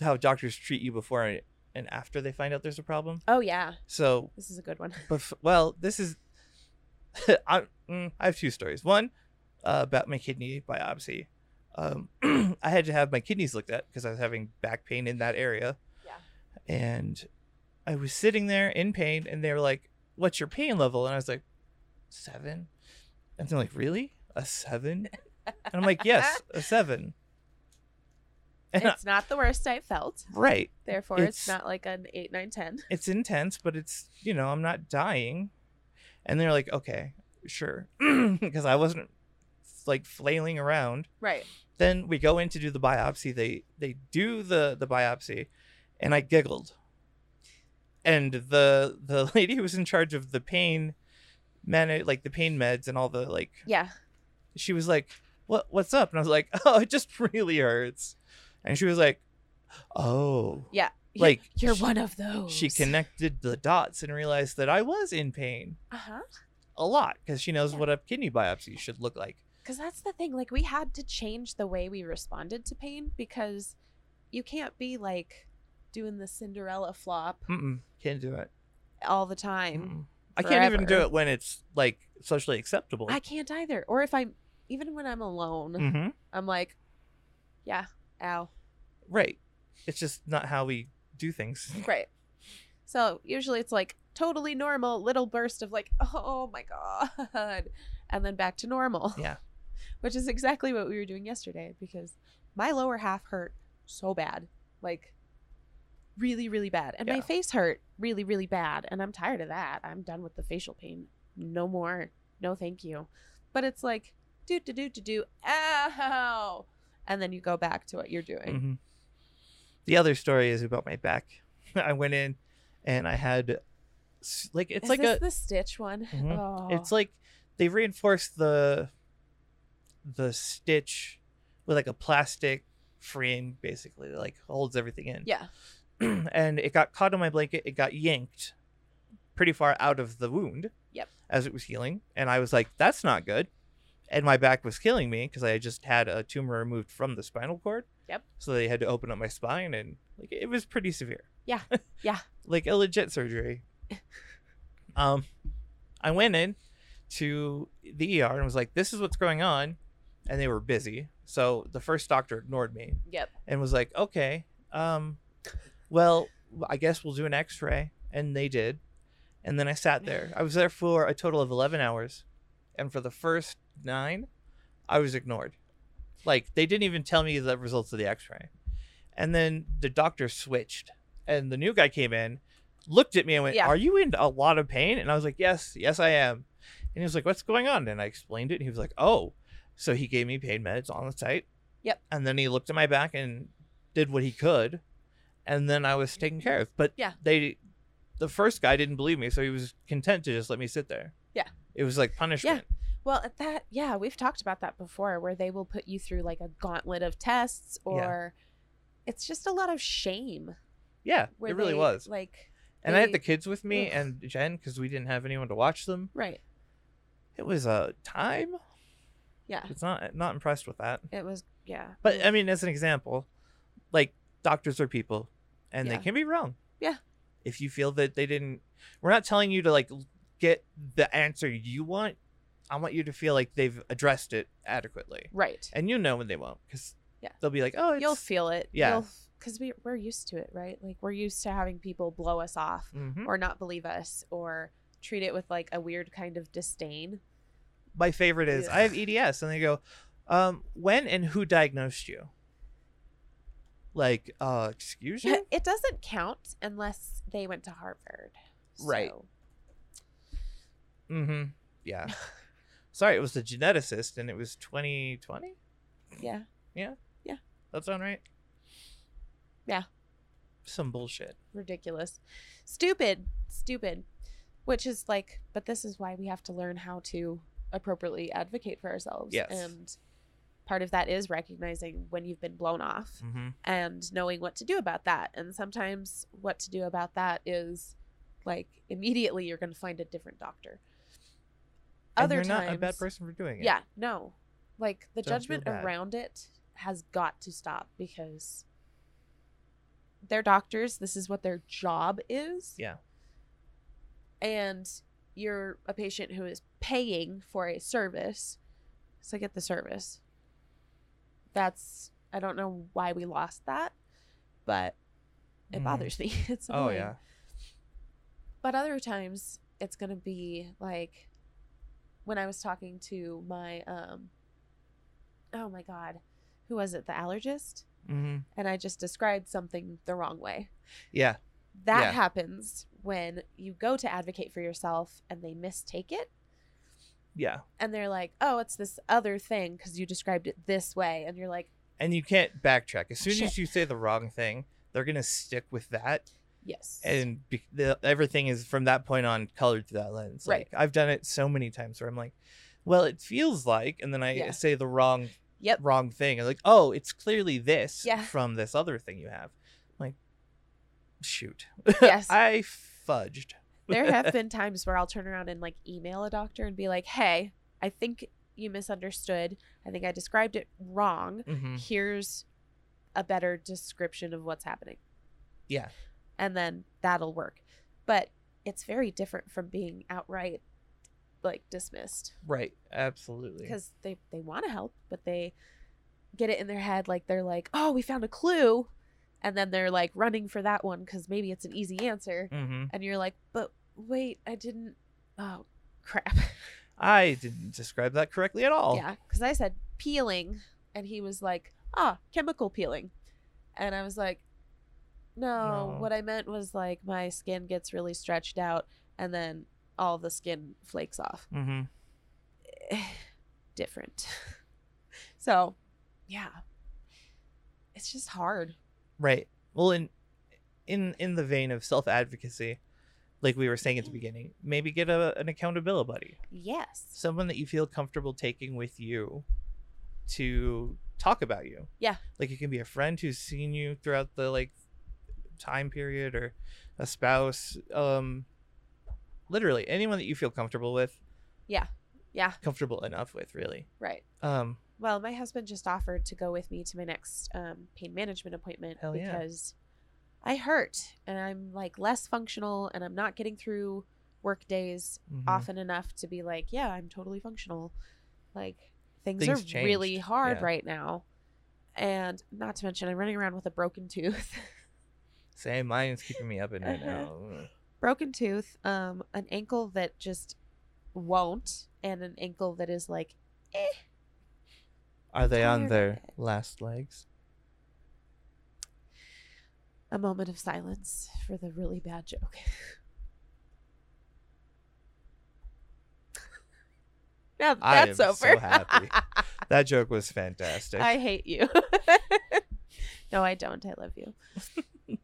S2: how doctors treat you before and after they find out there's a problem.
S1: Oh yeah,
S2: So,
S1: this is a
S2: [laughs]
S1: good one.
S2: bef- well, this is [laughs] I, mm, I have two stories. One uh, about my kidney biopsy. Um, [clears throat] I had to have my kidneys looked at because I was having back pain in that area.
S1: Yeah.
S2: And I was sitting there in pain, and they were like, "What's your pain level?" And I was like, seven. And they're like, "Really? A seven? And I'm
S1: [laughs]
S2: like, "Yes, a seven. And I-
S1: It's not the worst I felt.
S2: right.
S1: Therefore, it's,
S2: It's-
S1: not like an 8, 9, 10.
S2: it's intense, but it's you know I'm not dying. And they're like, okay, sure, [clears throat] because I wasn't like flailing around.
S1: Right.
S2: Then we go in to do the biopsy. They they do the the biopsy, and I giggled. And the the [laughs] lady who was in charge of the pain, man, like the pain meds and all the like,
S1: Yeah.
S2: she was like, what what's up? And I was like, [laughs] oh, it just really hurts. And she was like, oh,
S1: Yeah. You-
S2: like
S1: you're
S2: she-
S1: one of those.
S2: she connected the dots and realized that I was in pain
S1: Uh huh.
S2: a lot because she knows
S1: Yeah.
S2: what a kidney biopsy should look like.
S1: Because that's the thing. Like, we had to change the way we responded to pain because you can't be like doing the Cinderella flop
S2: Mm-mm. Can't do it.
S1: all the time.
S2: Mm-mm. I can't even do
S1: Forever.
S2: it when it's like socially acceptable.
S1: I can't either. Or if I'm, even when I'm alone,
S2: Mhm.
S1: I'm like, yeah, ow.
S2: Right. It's just not how we do things.
S1: Right. So usually it's like totally normal, little burst of like, oh my God. And then back to normal. [laughs]
S2: Yeah.
S1: Which is exactly what we were doing yesterday because my lower half hurt so bad. Like, really, really bad. And my
S2: Yeah.
S1: face hurt really, really bad. And I'm tired of that. I'm done with the facial pain. No more. No, thank you. But it's like, do, do, do, do, do, ow. And then you go back to what you're doing.
S2: Mhm. The other story is about my back. [laughs] I went in and I had s- like it's
S1: Is
S2: like
S1: this
S2: a
S1: the stitch one.
S2: Mhm.
S1: Oh.
S2: it's like they reinforced the the stitch with like a plastic frame basically that like holds everything in.
S1: yeah.
S2: [clears throat] and it got caught on my blanket. It got yanked pretty far out of the wound.
S1: Yep.
S2: As it was healing, and I was like, "That's not good," and my back was killing me because I had just had a tumor removed from the spinal cord.
S1: Yep.
S2: So they had to open up my spine, and like it was pretty severe. [laughs]
S1: Yeah, yeah.
S2: like a legit
S1: [laughs]
S2: surgery. um, I went in to the ER and was like, "This is what's going on," and they were busy. So the first doctor ignored me
S1: Yep.
S2: and was like, "Okay, um, well, I guess we'll do an X-ray," and they did. And then I sat there. I was there for a total of eleven hours, and for the first nine, I was ignored. Like they didn't even tell me the results of the X-ray. And then the doctor switched, and the new guy came in, looked at me, and went,
S1: Yeah.
S2: "Are you in a lot of pain?" And I was like, "Yes, yes, I am." And he was like, "What's going on?" And I explained it. And he was like, "Oh." So he gave me pain meds on the site.
S1: Yep.
S2: And then he looked at my back and did what he could, and then I was taken care of. But
S1: Yeah.
S2: they, the first guy didn't believe me, so he was content to just let me sit there.
S1: Yeah.
S2: It was like punishment.
S1: Well, at that, yeah, we've talked about that before where they will put you through like a gauntlet of tests
S2: Yeah.
S1: or it's just a lot of shame.
S2: Yeah,
S1: Where
S2: it really
S1: they,
S2: was.
S1: Like,
S2: and I had
S1: they-
S2: the kids with me
S1: Ugh.
S2: and Jen because we didn't have anyone to watch them.
S1: right.
S2: It was a uh, time.
S1: Yeah.
S2: It's not not impressed with that.
S1: It was, yeah.
S2: But uh, I mean, as an example, like doctors are people, and
S1: Yeah.
S2: they can be wrong.
S1: Yeah.
S2: If you feel that they didn't, we're not telling you to like l- get the answer you want. I want you to feel like they've addressed it adequately,
S1: right.
S2: and you know when they won't, because
S1: Yeah.
S2: they'll be like, "Oh, it's
S1: You'll feel it.
S2: yeah.
S1: Because we, we're used to it, right? Like, we're used to having people blow us off
S2: Mhm.
S1: or not believe us or treat it with like a weird kind of disdain.
S2: my favorite is I have EDS, and they go, um, "When and who diagnosed you?" Like, uh,
S1: [laughs]
S2: excuse you?
S1: It doesn't count unless they went to Harvard.
S2: Right.
S1: So,
S2: mm-hmm. Yeah. Sorry, it was the geneticist, and it was 2020.
S1: yeah.
S2: That sound right?
S1: Yeah.
S2: Some bullshit.
S1: ridiculous stupid stupid which is like but this is why we have to learn how to appropriately advocate for ourselves
S2: Yes.
S1: and part of that is recognizing when you've been blown off
S2: Mm-hmm.
S1: and knowing what to do about that and sometimes what to do about that is like immediately you're going to find a different doctor
S2: and
S1: other
S2: you're
S1: times
S2: not a bad person for doing it.
S1: yeah no like the
S2: Don't feel
S1: judgment
S2: bad.
S1: around it has got to stop because they're doctors this is what their job is
S2: Yeah.
S1: and you're a patient who is paying for a service so get the service that's i don't know why we lost that but it
S2: Mhm.
S1: bothers me [laughs] it's
S2: Oh
S1: annoying.
S2: yeah.
S1: But other times it's going to be like when I was talking to my um oh my god, who was it? The allergist?
S2: Mm-hmm.
S1: And I just described something the wrong way.
S2: Yeah.
S1: That
S2: Yeah.
S1: happens when you go to advocate for yourself and they mistake it
S2: Yeah.
S1: and they're like, "Oh, it's this other thing cuz you described it this way." And you're like,
S2: And you can't backtrack. As soon
S1: Shit.
S2: as you say the wrong thing, they're gonna stick with that,
S1: "Yes."
S2: and be- the, everything is from that point on colored through that lens.
S1: Right.
S2: Like I've done it so many times where I'm like, "Well, it feels like," and then I
S1: Yeah.
S2: say the wrong [laughs]
S1: yep.
S2: wrong thing, and like, "Oh, it's clearly this
S1: Yeah.
S2: from this other thing you have." I'm like, shoot,
S1: Yes.
S2: I fudged.
S1: there
S2: [laughs]
S1: have been times where I'll turn around and like email a doctor and be like, "Hey, I think you misunderstood. I think I described it wrong.
S2: Mm-hmm.
S1: Here's a better description of what's happening."
S2: Yeah.
S1: And then that'll work. But it's very different from being outright like dismissed
S2: Right. Absolutely.
S1: because they they want to help, but they get it in their head like they're like, "Oh, we found a clue." and then they're like running for that one because maybe it's an easy answer,
S2: Mm-hmm.
S1: and you're like, but wait, I didn't. Oh crap! [laughs]
S2: I didn't describe that correctly at all.
S1: Yeah, because I said peeling, and he was like, ah, chemical peeling, and I was like, no,
S2: No.
S1: what I meant was like my skin gets really stretched out, and then all the skin flakes off. [sighs]
S2: Mm-hmm.
S1: different. [laughs] so, yeah. It's just hard.
S2: Right. Well, in in in the vein of self advocacy, like we were saying at
S1: Mm.
S2: the beginbility, maybe get a, an accountability buddy,
S1: Yes.
S2: someone that you feel comfortable taking with you to talk about you.
S1: Yeah.
S2: Like it can be a friend who's seen you throughout the like time period, or a spouse. Um, literally anyone that you feel comfortable with,
S1: Yeah,
S2: comfortable enough with, really.
S1: right.
S2: Um,
S1: Well, my husband just offered to go with me to my next um, pain management appointment
S2: Hell yeah.
S1: because I hurt and I'm like less functional and I'm not getting through work days
S2: mhm.
S1: often enough to be like, yeah, I'm totally functional. Like things,
S2: Things
S1: are really
S2: changed,
S1: hard
S2: yeah.
S1: right now. And not to mention, I'm running around with a broken tooth. [laughs]
S2: Same. Mine is keeping me up at night now. Ugh.
S1: broken tooth, um, an ankle that just won't, and an ankle that is like, eh.
S2: Are they
S1: Tired
S2: on
S1: of
S2: their
S1: it.
S2: last legs?
S1: A moment of silence for the really bad joke. [laughs] now
S2: I
S1: that's
S2: am
S1: over.
S2: so happy. That joke was
S1: [laughs]
S2: fantastic.
S1: I hate you. [laughs] no, I don't. I love you.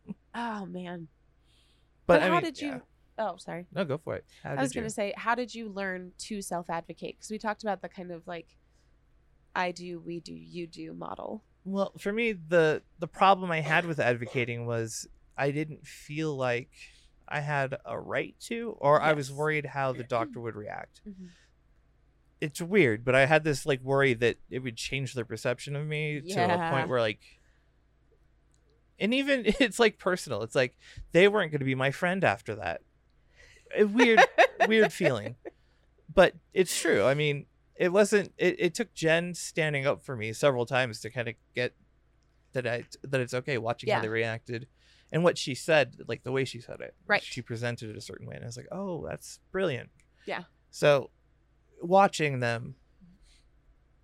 S2: [laughs]
S1: oh man.
S2: but I
S1: how
S2: mean,
S1: did you?
S2: yeah.
S1: Oh, sorry.
S2: No, go for it. How did
S1: I was
S2: you?
S1: going to say, how did you learn to self advocate? Because we talked about the kind of like, I do, we do, you do
S2: [laughs]
S1: model.
S2: Well, for me, the the problem I had with advocating was I didn't feel like I had a right to, or I was
S1: Yes. Mm-hmm.
S2: worried
S1: [clears throat]
S2: how the doctor would react. It's weird, but I had this like worry that it would change their perception of me to a
S1: Yeah.
S2: point where like. And even [laughs] it's like personal. It's like they weren't going to be my friend after that. A weird weird feeling. But it's true. I mean, it wasn't it, it took Jen standing up for me several times to kind of get that I that it's okay watching
S1: Yeah.
S2: how they reacted and what she said, like the way she said it.
S1: Right.
S2: She presented it a certain way and I was like, "Oh, that's brilliant."
S1: Yeah.
S2: So watching them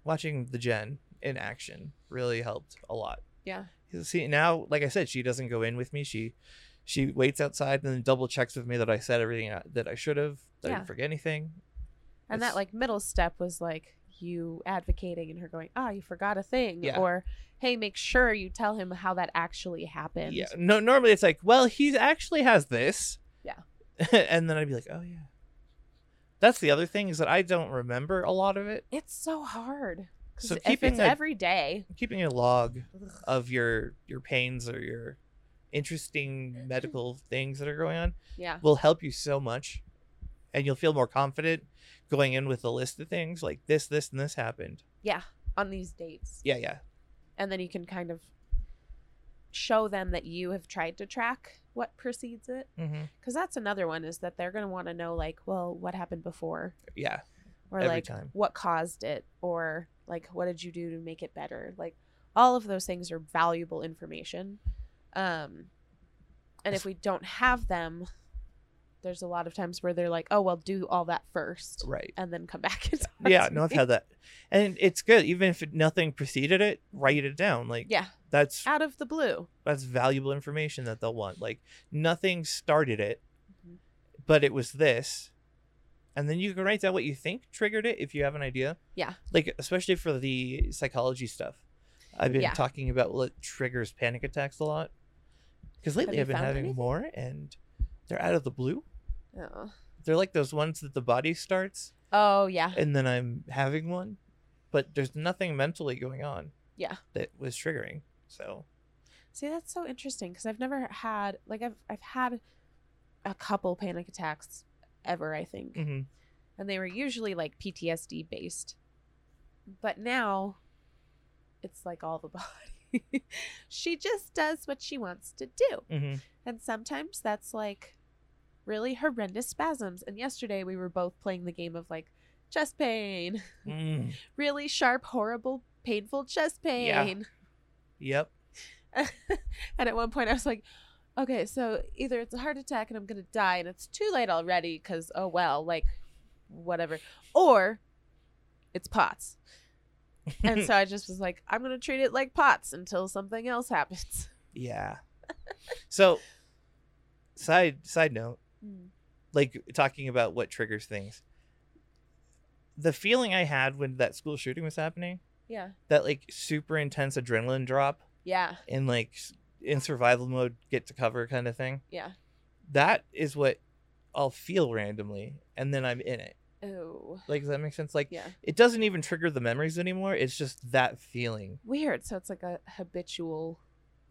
S2: watching the Jen in action really helped a lot.
S1: Yeah.
S2: See now, like I said, she doesn't go in with me. She she waits outside and then double checks with me that I said everything I- that I should have. That I
S1: Yeah.
S2: didn't forget anything.
S1: And
S2: It's-
S1: that like middle step was like you advocating and her going, ah, you forgot a thing.
S2: Yeah.
S1: Or, hey, make sure you tell him how that actually happened.
S2: yeah. No, normally it's like, well, he actually has this.
S1: Yeah.
S2: [laughs] and then I'd be like, oh yeah. That's the other thing is that I don't remember a lot of it.
S1: It's so hard. 'Cause
S2: So
S1: if
S2: keeping
S1: it's
S2: a-
S1: every day.
S2: Keeping a log
S1: ugh,
S2: of your your pains or your
S1: [laughs]
S2: interesting medical things that are going on
S1: yeah.
S2: will help you so much and you'll feel more confident going in with a list of things like this this and this happened
S1: Yeah. On these dates.
S2: yeah yeah
S1: And then you can kind of show them that you have tried to track what precedes it.
S2: mm-hmm.
S1: Because that's another one is that they're going to want to know, like, well, what happened before?
S2: yeah
S1: Or,
S2: Every
S1: like,
S2: time.
S1: what caused it? Or, like, what did you do to make it better? Like, all of those things are valuable information. Um, and if we don't have them, there's a lot of times where they're like, oh, well, do all that first
S2: right
S1: and then come back and talk
S2: yeah
S1: to
S2: no i've
S1: me."
S2: had that and it's good even if it- nothing preceded it write it down like
S1: Yeah.
S2: that's
S1: Out of the blue.
S2: that's valuable information that they'll want like nothing started it
S1: Mhm.
S2: but it was this and then you can write down what you think triggered it if you have an idea
S1: Yeah.
S2: like especially for the psychology stuff i've been
S1: Yeah.
S2: talking about what triggers panic attacks a lot because lately
S1: you
S2: i've been
S1: found
S2: having
S1: anything?
S2: more and they're out of the blue
S1: Oh.
S2: they're like those ones that the body starts
S1: oh, yeah.
S2: and then i'm having one but there's nothing mentally going on
S1: Yeah.
S2: that was triggering so
S1: See, that's so interesting because I've never had like I've I've had a couple panic attacks ever, I think,
S2: mhm.
S1: and they were usually like PTSD based. But now, it's like all the [laughs] body. she just does what she wants to do,
S2: Mhm.
S1: and sometimes that's like really horrendous spasms. And yesterday we were both playing the game of like chest pain,
S2: Mm.
S1: really sharp, horrible, painful chest pain.
S2: Yeah. yep
S1: [laughs] and at one point, I was like, okay, so either it's a heart attack and I'm going to die and it's too late already because, oh, well, like, whatever. Or it's POTS. And so I just was like, I'm going to treat it like POTS until something else happens. [laughs]
S2: Yeah. so, side side note,
S1: Hmm.
S2: like talking about what triggers things. The feeling I had when that school shooting was happening,
S1: Yeah.
S2: that like super intense adrenaline drop
S1: Yeah.
S2: and like s- in survival mode, get to cover kind of thing.
S1: Yeah.
S2: That is what I'll feel randomly, and then I'm in it.
S1: Oh.
S2: Like, does that make sense? Like,
S1: Yeah.
S2: it doesn't even trigger the memories anymore. It's just that feeling.
S1: Weird. So it's like a habitual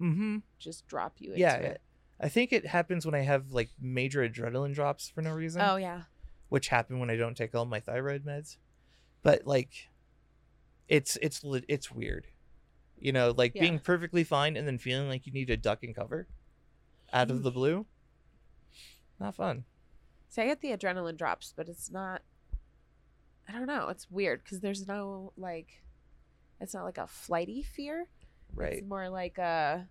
S2: Mm-hmm.
S1: just drop you into
S2: Yeah,
S1: it.
S2: I think it happens when I have like major adrenaline drops for no reason,
S1: Oh yeah.
S2: which happen when I don't take all my thyroid meds. But like, it's it's lit- it's weird, you know, like
S1: Yeah.
S2: being perfectly fine and then feeling like you need to duck and cover, out
S1: Mm.
S2: of the blue. Not fun.
S1: See, I get the adrenaline drops, but it's not. I don't know. It's weird because there's no like, it's not like a flighty fear.
S2: Right.
S1: It's more like a.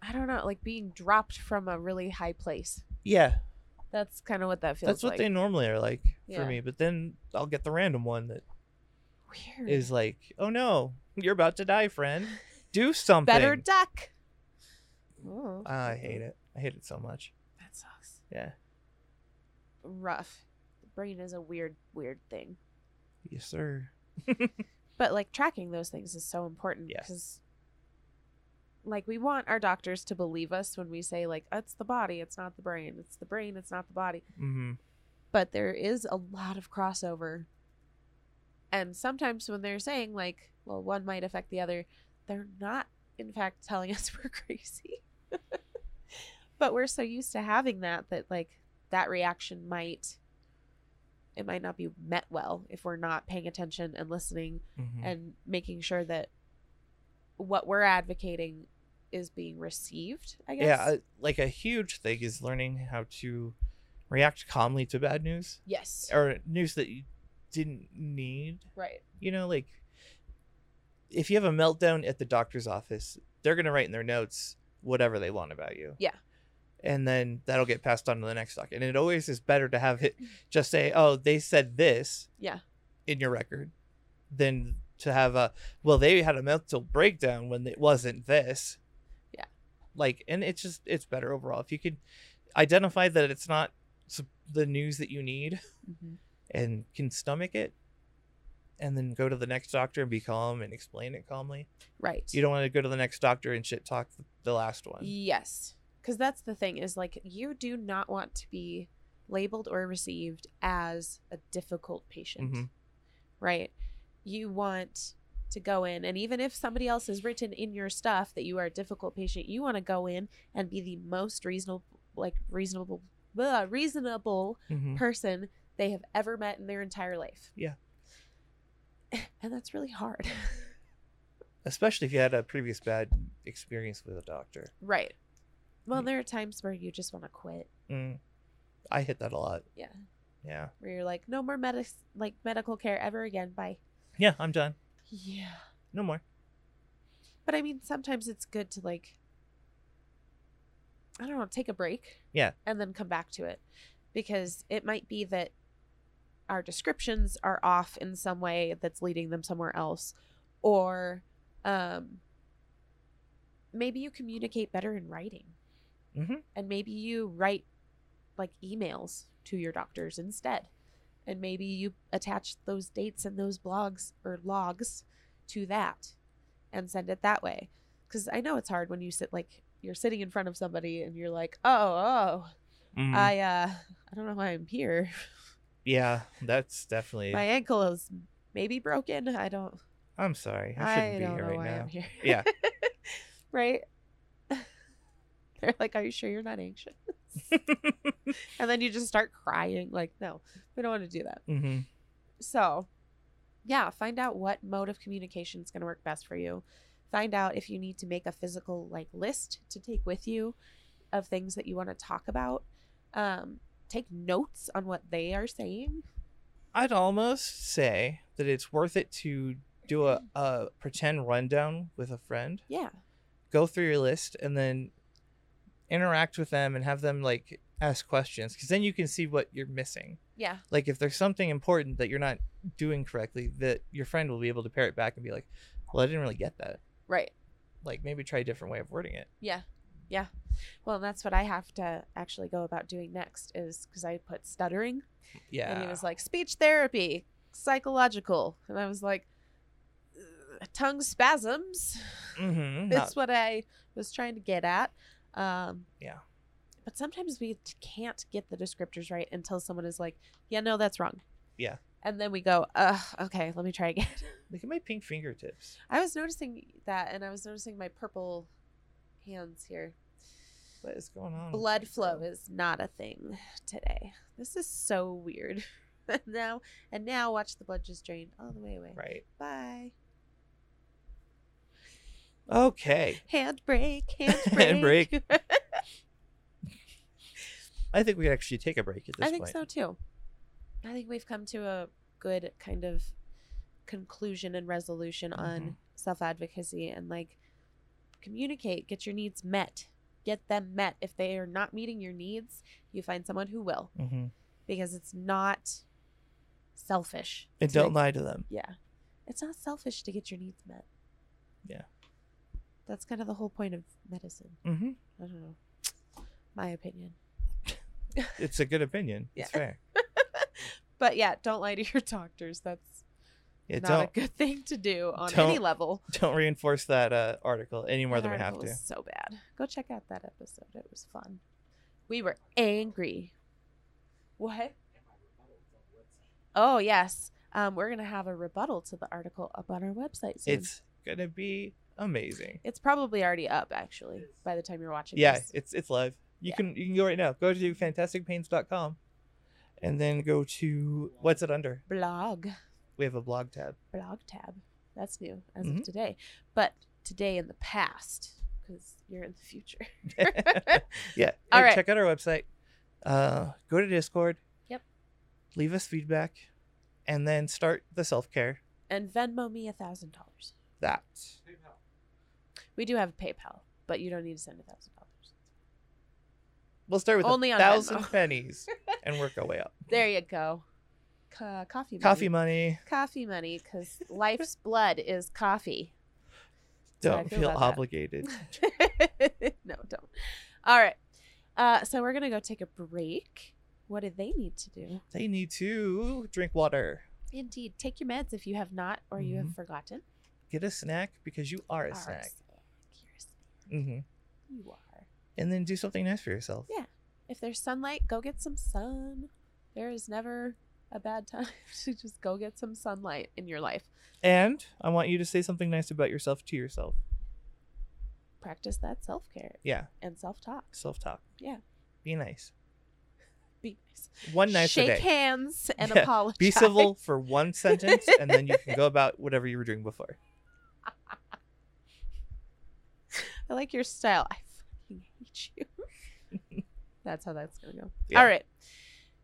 S1: I don't know, like being dropped from a really high place.
S2: Yeah,
S1: That's kind of what that feels
S2: that's what
S1: like.
S2: they normally are like for
S1: Yeah.
S2: me. But then I'll get the random one that
S1: Weird.
S2: is like, "Oh no, you're about to
S1: [laughs]
S2: die, friend. Do something."
S1: Better duck. Oh,
S2: I hate it. I hate it so much.
S1: That sucks.
S2: Yeah.
S1: Rough. The brain is a weird, weird thing.
S2: Yes, sir.
S1: But like tracking those things is so important
S2: Yes.
S1: because, like, we want our doctors to believe us when we say like it's the body, it's not the brain, it's the brain, it's not the body.
S2: Mm-hmm.
S1: But there is a lot of crossover, and sometimes when they're saying like, well, one might affect the other, they're not in fact telling [laughs] us we're crazy. but we're so used to having that that like that reaction might it might not be met well if we're not paying attention and listening
S2: mm-hmm.
S1: and making sure that what we're advocating is being received, I guess.
S2: yeah, I- like a huge thing is learning how to react calmly to bad news
S1: yes.
S2: or news that you didn't need.
S1: right.
S2: You know, like if you have a meltdown at the doctor's office, they're going to write in their notes whatever they want about you.
S1: Yeah.
S2: And then that'll get passed on to the next doctor. And it always is better
S1: [laughs]
S2: to have it just say, oh, they said this
S1: Yeah.
S2: in your record than to have a, well, they had a mental breakdown when it wasn't this.
S1: Yeah.
S2: Like, and it's just, it's better overall. If you can identify that it's not s- the news that you need and can stomach it and then go to the next doctor and be calm and explain it calmly.
S1: Right.
S2: You don't want to go to the next doctor and shit talk th- the last one.
S1: yes. Because that's the thing is like, you do not want to be labeled or received as a difficult patient,
S2: Mhm.
S1: right? You want to go in, and even if somebody else has written in your stuff that you are a difficult patient, you want to go in and be the most reasonable, like, reasonable, blah, reasonable [laughs]
S2: Mhm.
S1: person they have ever met in their entire life.
S2: Yeah.
S1: [laughs] And that's really hard. [laughs]
S2: Especially if you had a previous bad experience with a doctor.
S1: right. Well,
S2: Yeah.
S1: there are times where you just want to quit.
S2: Mm. I hit that a lot.
S1: Yeah.
S2: Yeah.
S1: Where you're like, no more medic like medical care ever again. Bye.
S2: Yeah, I'm done.
S1: Yeah.
S2: No more.
S1: But I mean, sometimes it's good to like I don't know, take a break.
S2: Yeah.
S1: And then come back to it. Because it might be that our descriptions are off in some way that's leading them somewhere else or um maybe you communicate better in writing.
S2: Mhm.
S1: And maybe you write like emails to your doctors instead. And maybe you attach those dates and those blogs or logs to that and send it that way. Because I know it's hard when you sit like you're sitting in front of somebody and you're like, oh, oh,
S2: Mhm.
S1: I uh, I don't know why I'm here.
S2: yeah, that's definitely.
S1: My ankle is maybe broken. I don't.
S2: I'm sorry. I
S1: I,
S2: shouldn't be
S1: don't
S2: here
S1: know
S2: right
S1: why
S2: now.
S1: I'm here.
S2: Yeah.
S1: [laughs] right. [laughs] They're like, are you sure you're not anxious?
S2: [laughs]
S1: and then you just start crying. Like, no, we don't want to do that.
S2: hmm
S1: So, yeah, find out what mode of communication is going to work best for you. Find out if you need to make a physical like list to take with you of things that you want to talk about. Um, take notes on what they are saying.
S2: I'd almost say that it's worth it to do a, a pretend rundown with a friend.
S1: Yeah.
S2: Go through your list and then interact with them and have them like ask questions because then you can see what you're missing.
S1: Yeah.
S2: Like if there's something important that you're not doing correctly, that your friend will be able to pair it back and be like, "Well, I didn't really get that.
S1: Right.
S2: Like maybe try a different way of wording it."
S1: Yeah. Yeah. Well, that's what I have to actually go about doing next is because I put stuttering
S2: Yeah.
S1: and he was like, speech therapy, psychological. And I was like, "Ugh, tongue spasms.
S2: mm-hmm,
S1: That's what I was trying to get at. Um,
S2: Yeah.
S1: But sometimes we t- can't get the descriptors right until someone is like, yeah, no, that's wrong.
S2: Yeah.
S1: And then we go, Ugh, okay, let me try again. [laughs]
S2: look at my pink fingertips.
S1: I was noticing that and I was noticing my purple hands here.
S2: What is going on? with
S1: blood
S2: my
S1: flow
S2: throat?
S1: is not a thing today. This is so weird. [laughs] And now and now watch the blood just drain all the way away.
S2: right.
S1: Bye.
S2: Okay.
S1: Hand
S2: [laughs]
S1: break, hand break.
S2: Hand break.
S1: [laughs]
S2: I think we could actually take a break at this
S1: I think
S2: point.
S1: so too. I think we've come to a good kind of conclusion and resolution
S2: Mm-hmm.
S1: on self advocacy and like communicate, get your needs met. Get them met. If they are not meeting your needs, you find someone who will
S2: Mm-hmm.
S1: because it's not selfish.
S2: And
S1: to
S2: don't lie to them.
S1: Yeah. It's not selfish to get your needs met.
S2: Yeah.
S1: That's kind of the whole point of medicine.
S2: Mm-hmm.
S1: I don't know. My opinion.
S2: It's a good opinion. It's
S1: Yeah.
S2: fair.
S1: But yeah, don't lie to your [laughs] doctors. That's
S2: Yeah,
S1: not
S2: don't
S1: a good [laughs] thing to do on any
S2: don't
S1: level.
S2: don't reinforce that uh, article any more
S1: That
S2: than we have
S1: article
S2: to.
S1: was So bad. Go check out that episode. It was fun. We were angry. What? Oh yes. Um, we're gonna have a rebuttal to the article up on our website soon.
S2: It's gonna be amazing.
S1: It's probably already up actually by the time you're watching.
S2: Yeah,
S1: this.
S2: it's it's live. You
S1: Yeah.
S2: can you can go right now. Go to fantasticpains.com and then go to what's it under?
S1: blog
S2: We have a blog tab. [laughs]
S1: blog tab. That's new as
S2: Mhm.
S1: of today, but today in the past because you're in the
S2: [laughs]
S1: future. [laughs]
S2: yeah.
S1: All
S2: and
S1: right.
S2: Check out our website. Uh, go to Discord.
S1: Yep.
S2: Leave us feedback, and then start the self care.
S1: And Venmo me a thousand dollars.
S2: That
S1: We do have PayPal, but you don't need to send a thousand dollars.
S2: we'll start with
S1: Only
S2: a
S1: on [laughs]
S2: thousand
S1: Venmo.
S2: pennies and work our way up.
S1: There you go. Co- coffee. Money.
S2: Coffee money.
S1: Coffee money, because life's [laughs] blood is coffee. [laughs] That's how I
S2: Don't
S1: feel
S2: feel
S1: about that.
S2: obligated.
S1: no, don't. All right. Uh, so we're gonna go take a break. What do they need to do?
S2: They need to drink water.
S1: Indeed, take your meds if you have not or you have forgotten.
S2: Get a snack because you are a
S1: Are
S2: Mm-hmm. snack.
S1: You're a snack.
S2: hmm
S1: You are.
S2: And then do something nice for yourself.
S1: Yeah. If there's sunlight, go get some sun. There is never a bad [laughs] time to just go get some sunlight in your life.
S2: And I want you to say something nice about yourself to yourself.
S1: Practice that self care
S2: Yeah.
S1: and self talk.
S2: Self talk.
S1: Yeah.
S2: Be nice.
S1: Be nice.
S2: One nice
S1: Shake
S2: a day.
S1: hands and
S2: [laughs] Yeah.
S1: apologize.
S2: Be civil for one sentence, and then you can go about whatever you were
S1: [laughs]
S2: doing before.
S1: [laughs] I like your style. I fucking hate you.
S2: [laughs]
S1: that's how that's going to go.
S2: Yeah.
S1: All right.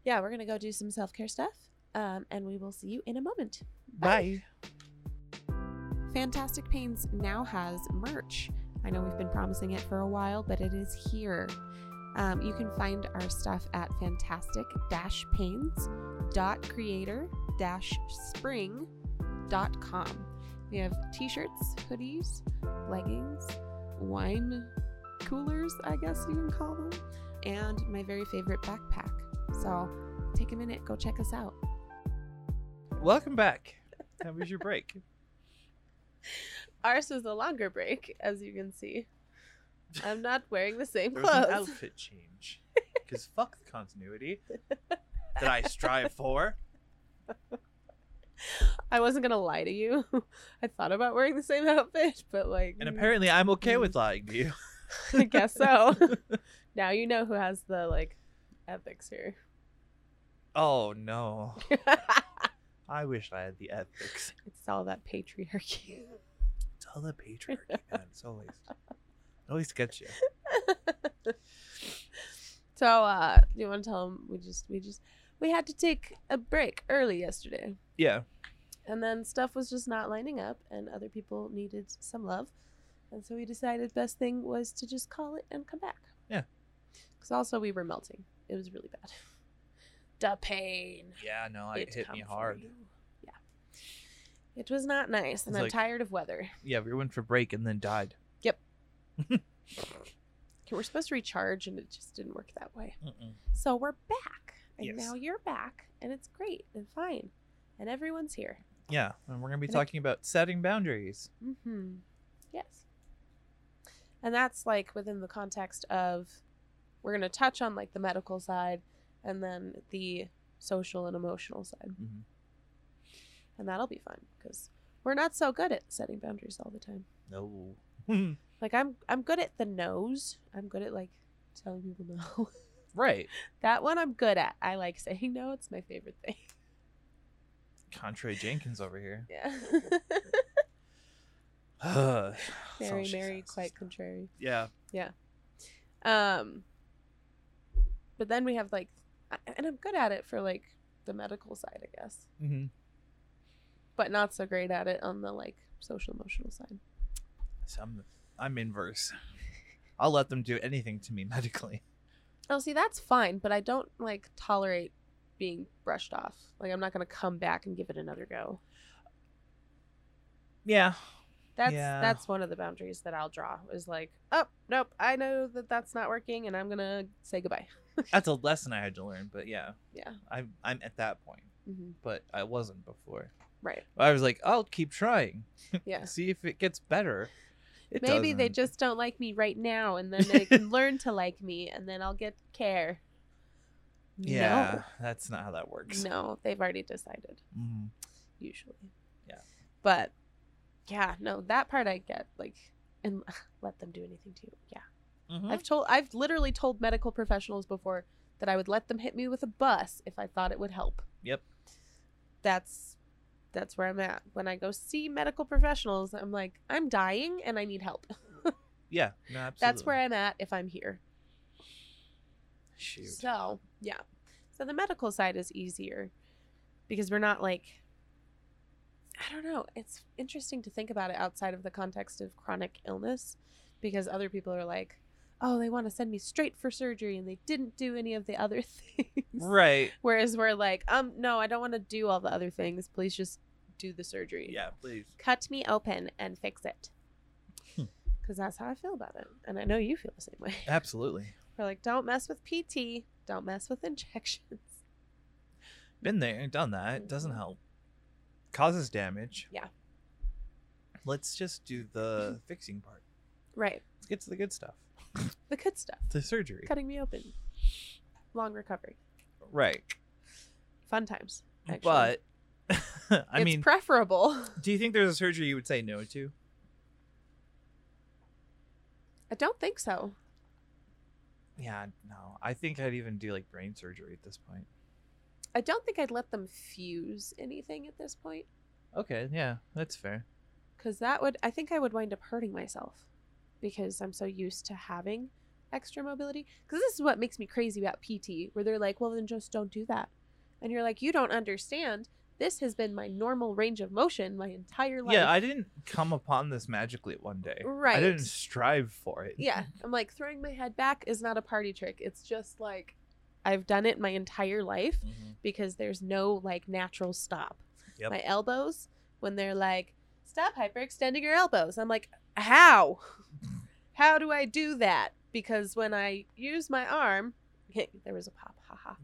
S1: Yeah, we're going to go do some self care stuff. Um, and we will see you in a moment.
S2: Bye.
S1: Fantastic Pains now has merch. I know we've been promising it for a while, but it is here. Um, you can find our stuff at fantastic pains.creator spring.com. We have t shirts, hoodies, leggings, wine coolers, I guess you can call them, and my very favorite backpack. So take a minute, go check us out.
S3: Welcome back. How was your
S1: [laughs]
S3: break?
S1: Ours was a longer break, as you can see.
S3: [laughs]
S1: I'm not wearing the same
S3: There was an
S1: clothes.
S3: outfit change. Because fuck the continuity that I
S1: [laughs]
S3: strive for.
S1: I wasn't gonna lie to you. [laughs] I thought about wearing the same [laughs] outfit, but like, mm,
S3: And apparently I'm okay with lying to you. [laughs]
S1: I guess so. [laughs] now you know who has the like ethics here. [laughs]
S3: Oh no.
S1: it's
S3: I wish I had the ethics.
S1: all that patriarchy. [laughs]
S3: It's all the patriarchy, man. It's always it always gets you.
S1: so, uh, do you want to tell them we just we just we had to take a break early yesterday.
S3: Yeah.
S1: And then stuff was just not lining up, and other people needed some love. And so we decided best thing was to just call it and come back.
S4: Yeah.
S1: Because also we were melting. It was really bad. [laughs] The pain.
S2: Yeah, no, Oh, it, hit
S1: come
S2: me
S1: for
S2: hard.
S1: you. Yeah. It was not nice, and
S2: It's
S1: I'm
S2: like-
S1: tired of weather.
S2: Yeah, we went for break and then died.
S1: We're supposed to recharge, and it just didn't work that way. So we're back. And
S4: Yes.
S1: now you're back, and it's great and fine. And everyone's here.
S2: Yeah, and we're gonna be
S1: And it-
S2: talking about setting boundaries.
S1: Mm-hmm. Yes. And that's like within the context of we're going to touch on like the medical side and then the social and emotional side.
S2: Mhm.
S1: And that'll be fun because we're not so good at setting boundaries all the time.
S2: No.
S1: Like I'm I'm good at the no's. I'm good at like telling people no.
S2: [laughs]
S1: [laughs]
S2: right.
S1: that one I'm good at. I like saying no. It's my favorite thing.
S2: Contrary Jenkins
S1: [sighs]
S2: over [sighs] here.
S1: [laughs] Yeah.
S2: That's all
S1: Mary,
S2: she
S1: Mary,
S2: says.
S1: quite contrary.
S2: Yeah.
S1: Um, but then we have like, I- and I'm good at it for like the medical side, I guess,
S2: Mm-hmm.
S4: Mhm.
S1: but not so great at it on the like social emotional side.
S2: So I'm I'm inverse. I'll let them do anything to me [laughs] medically.
S1: Oh, see, that's fine, but I don't like tolerate being brushed off. Like, I'm not gonna come back and give it another go.
S2: Yeah.
S1: That's
S2: Yeah.
S1: that's one of the boundaries that I'll draw is like, oh nope, I know that that's not working, and I'm gonna say goodbye.
S2: That's a lesson I had to learn, but yeah.
S1: Yeah,
S2: I'm I'm at that point.
S1: hmm
S2: But I wasn't before.
S1: right.
S2: I was like, I'll keep trying.
S1: Yeah.
S2: See if it gets better. It
S1: Maybe they
S2: doesn't.
S1: just don't like me right now, and then they can learn to like me, and then I'll get care.
S2: Yeah, that's not how that works.
S1: No, no, they've already decided
S2: Mhm.
S1: usually.
S2: Yeah.
S1: but yeah, no, that part I get like, and [laughs] let them do anything to you. Yeah,
S2: Mm-hmm.
S1: I've told, I've literally told medical professionals before that I would let them hit me with a bus if I thought it would help.
S2: Yep.
S1: That's that's where I'm at. When I go see medical professionals, I'm like, I'm dying and I need help.
S2: Yeah, no, absolutely.
S1: That's where I'm at if I'm here.
S2: Shoot.
S1: So, yeah. So the medical side is easier because we're not like I don't know, it's interesting to think about it outside of the context of chronic illness because other people are like, "Oh, they want to send me straight for surgery and they didn't do any of the other [laughs] things."
S2: Right.
S1: Whereas we're like, "Um, no, I don't want to do all the other things. Please just do the surgery."
S2: Yeah, please.
S1: Cut me open and fix it.
S2: Hmm.
S1: Cuz that's how I feel about it. And I know you feel the same way.
S2: Absolutely.
S1: We're like, don't mess with PT, don't mess with injections.
S2: Been there, done that. It Doesn't
S1: Mhm.
S2: help. Causes damage.
S1: Yeah.
S2: Let's just do
S1: [laughs]
S2: the fixing part.
S1: Right.
S2: Let's get to the good stuff.
S1: The good stuff.
S2: The surgery.
S1: Cutting me open. Long recovery.
S2: Right.
S1: Fun times. Actually.
S2: But [laughs] I
S1: it's
S2: mean,
S1: preferable. [laughs]
S2: do you think there's a surgery you would say no to?
S1: I don't think so.
S2: Yeah, no. I think I'd even do like brain surgery at this point.
S1: I don't think I'd let them fuse anything at this point
S2: Okay, yeah, that's fair.
S1: because that would, I think I would wind up hurting myself because I'm so used to having extra mobility. Because this is what makes me crazy about PT, where they're like, well, then just don't do that. And you're like, you don't understand. This has been my normal range of motion my entire life.
S2: Yeah, I didn't come upon this magically one day. I
S1: Right.
S2: didn't strive for it.
S1: Yeah, I'm like throwing my head back is not a party trick. It's just like I've done it my entire life
S2: Mhm.
S1: because there's no like natural stop.
S2: Yep.
S1: My elbows when they're like stop hyperextending your elbows. I'm like how? how do I do that? Because when I use my arm, [laughs] there was a pop, haha.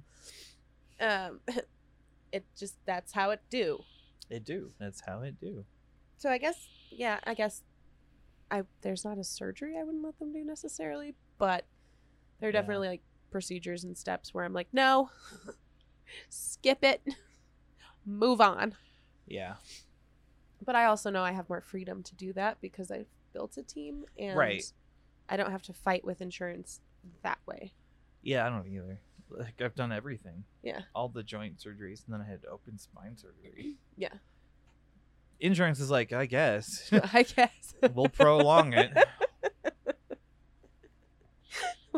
S1: Um [laughs] it just that's how it do.
S2: It do. That's how it do.
S1: So I guess yeah, I guess I there's not a surgery I wouldn't let them do necessarily, but there are
S2: Yeah.
S1: definitely like procedures and steps where I'm like, no, [laughs] skip it, move on.
S2: Yeah.
S1: But I also know I have more freedom to do that because I've built a team and
S2: Right.
S1: I don't have to fight with insurance that
S2: [laughs]
S1: way. [laughs]
S2: Yeah, I don't either. Like I've done everything.
S1: Yeah.
S2: All the joint surgeries and then I had open spine surgery.
S1: [clears throat] Yeah.
S2: Insurance is like, I guess. [laughs]
S1: I guess. [laughs]
S2: we'll prolong it.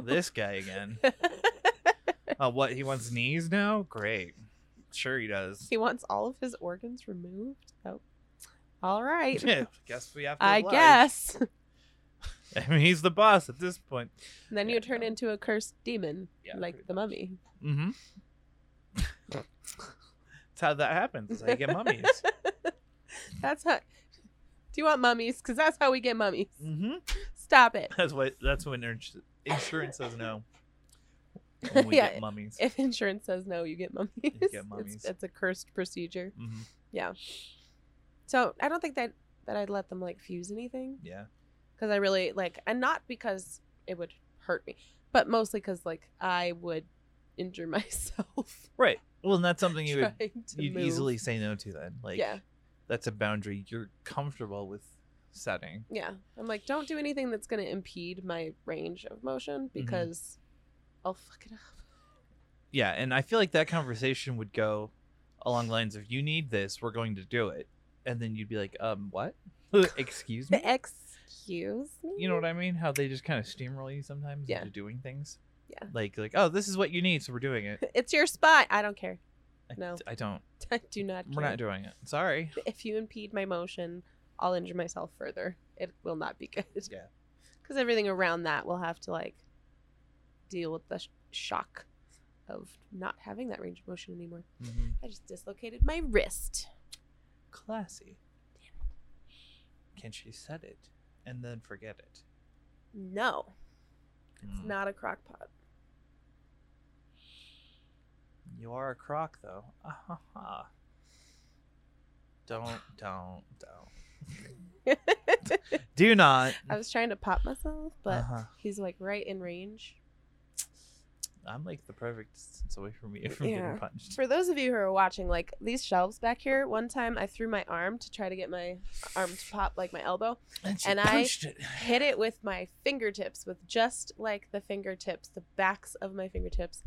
S2: this guy again. Uh, what he wants knees now? Great. Sure he does.
S1: he wants all of his organs removed. Oh. All right.
S2: [laughs] guess we have to.
S1: I
S2: oblige.
S1: guess.
S2: [laughs]
S1: [laughs]
S2: I mean, he's the boss at this point.
S1: And then
S2: Yeah,
S1: you turn into a cursed demon,
S2: Yeah,
S1: like
S2: pretty
S1: the mummy.
S2: Mm-hmm.
S1: Mm-hmm.
S2: [laughs] That's how that happens. That's how you
S1: [laughs]
S2: get mummies.
S1: That's how. Do you want mummies? Because that's how we get mummies.
S2: mm-hmm.
S1: Stop
S2: [laughs]
S1: it.
S2: That's what. That's when ins- insurance says
S1: [laughs]
S2: no. When we
S1: Yeah.
S2: get mummies.
S1: If insurance says no, you get mummies.
S2: get
S1: [laughs] It's-
S2: mummies.
S1: It's, a cursed procedure.
S2: hmm
S1: So I don't think that that I'd let them like fuse anything
S2: Yeah.
S1: because I really like, and not because it would hurt me, but mostly because like I would injure [laughs] myself
S2: Right. Well, and that's something [laughs] you would
S1: trying to
S2: you'd
S1: move.
S2: easily say no to. Then, like,
S1: yeah,
S2: that's a boundary you're comfortable with setting.
S1: yeah. I'm like, don't do anything that's gonna impede my range of motion
S2: Mm-hmm.
S1: because I'll fuck it up.
S2: Yeah, and I feel like that conversation would go along the lines of "You need this, we're going to do it," and then you'd be like, "Um, what? [laughs] Excuse me."
S1: Excuse me.
S2: You know what I mean? How they just kind of steamroll you sometimes
S1: Yeah.
S2: into doing things.
S1: Yeah.
S2: Like, like, oh, this is what you need, so we're doing
S1: [laughs]
S2: it.
S1: It's your spot. I don't care. [laughs]
S2: I,
S1: No.
S2: I don't.
S1: I do not.
S2: We're
S1: care.
S2: not doing it. Sorry.
S1: if you impede my motion, I'll injure myself further. It will not be good. [laughs]
S2: Yeah.
S1: Because everything around that will have to like deal with the sh- shock of not having that range of motion anymore.
S2: Mhm.
S1: I just dislocated my wrist.
S2: Classy. Can she set it and then forget it?
S1: No, it's
S2: Mm.
S1: not a crock
S2: [laughs]
S1: pot.
S2: You are a croc, though. Ah, ha, ha.
S1: [laughs]
S2: Don't, don't, don't. Do not.
S1: I was trying to pop myself, but
S2: Uh-huh.
S1: he's like right in range.
S2: I'm like the perfect distance away from you from
S1: Yeah.
S2: getting punched.
S1: For those of you who are watching, like these shelves back here, one time I threw my arm to try to get my arm to pop, like my elbow.
S2: she
S1: And I
S2: it.
S1: hit it with my fingertips, with just like the fingertips, the backs of my fingertips,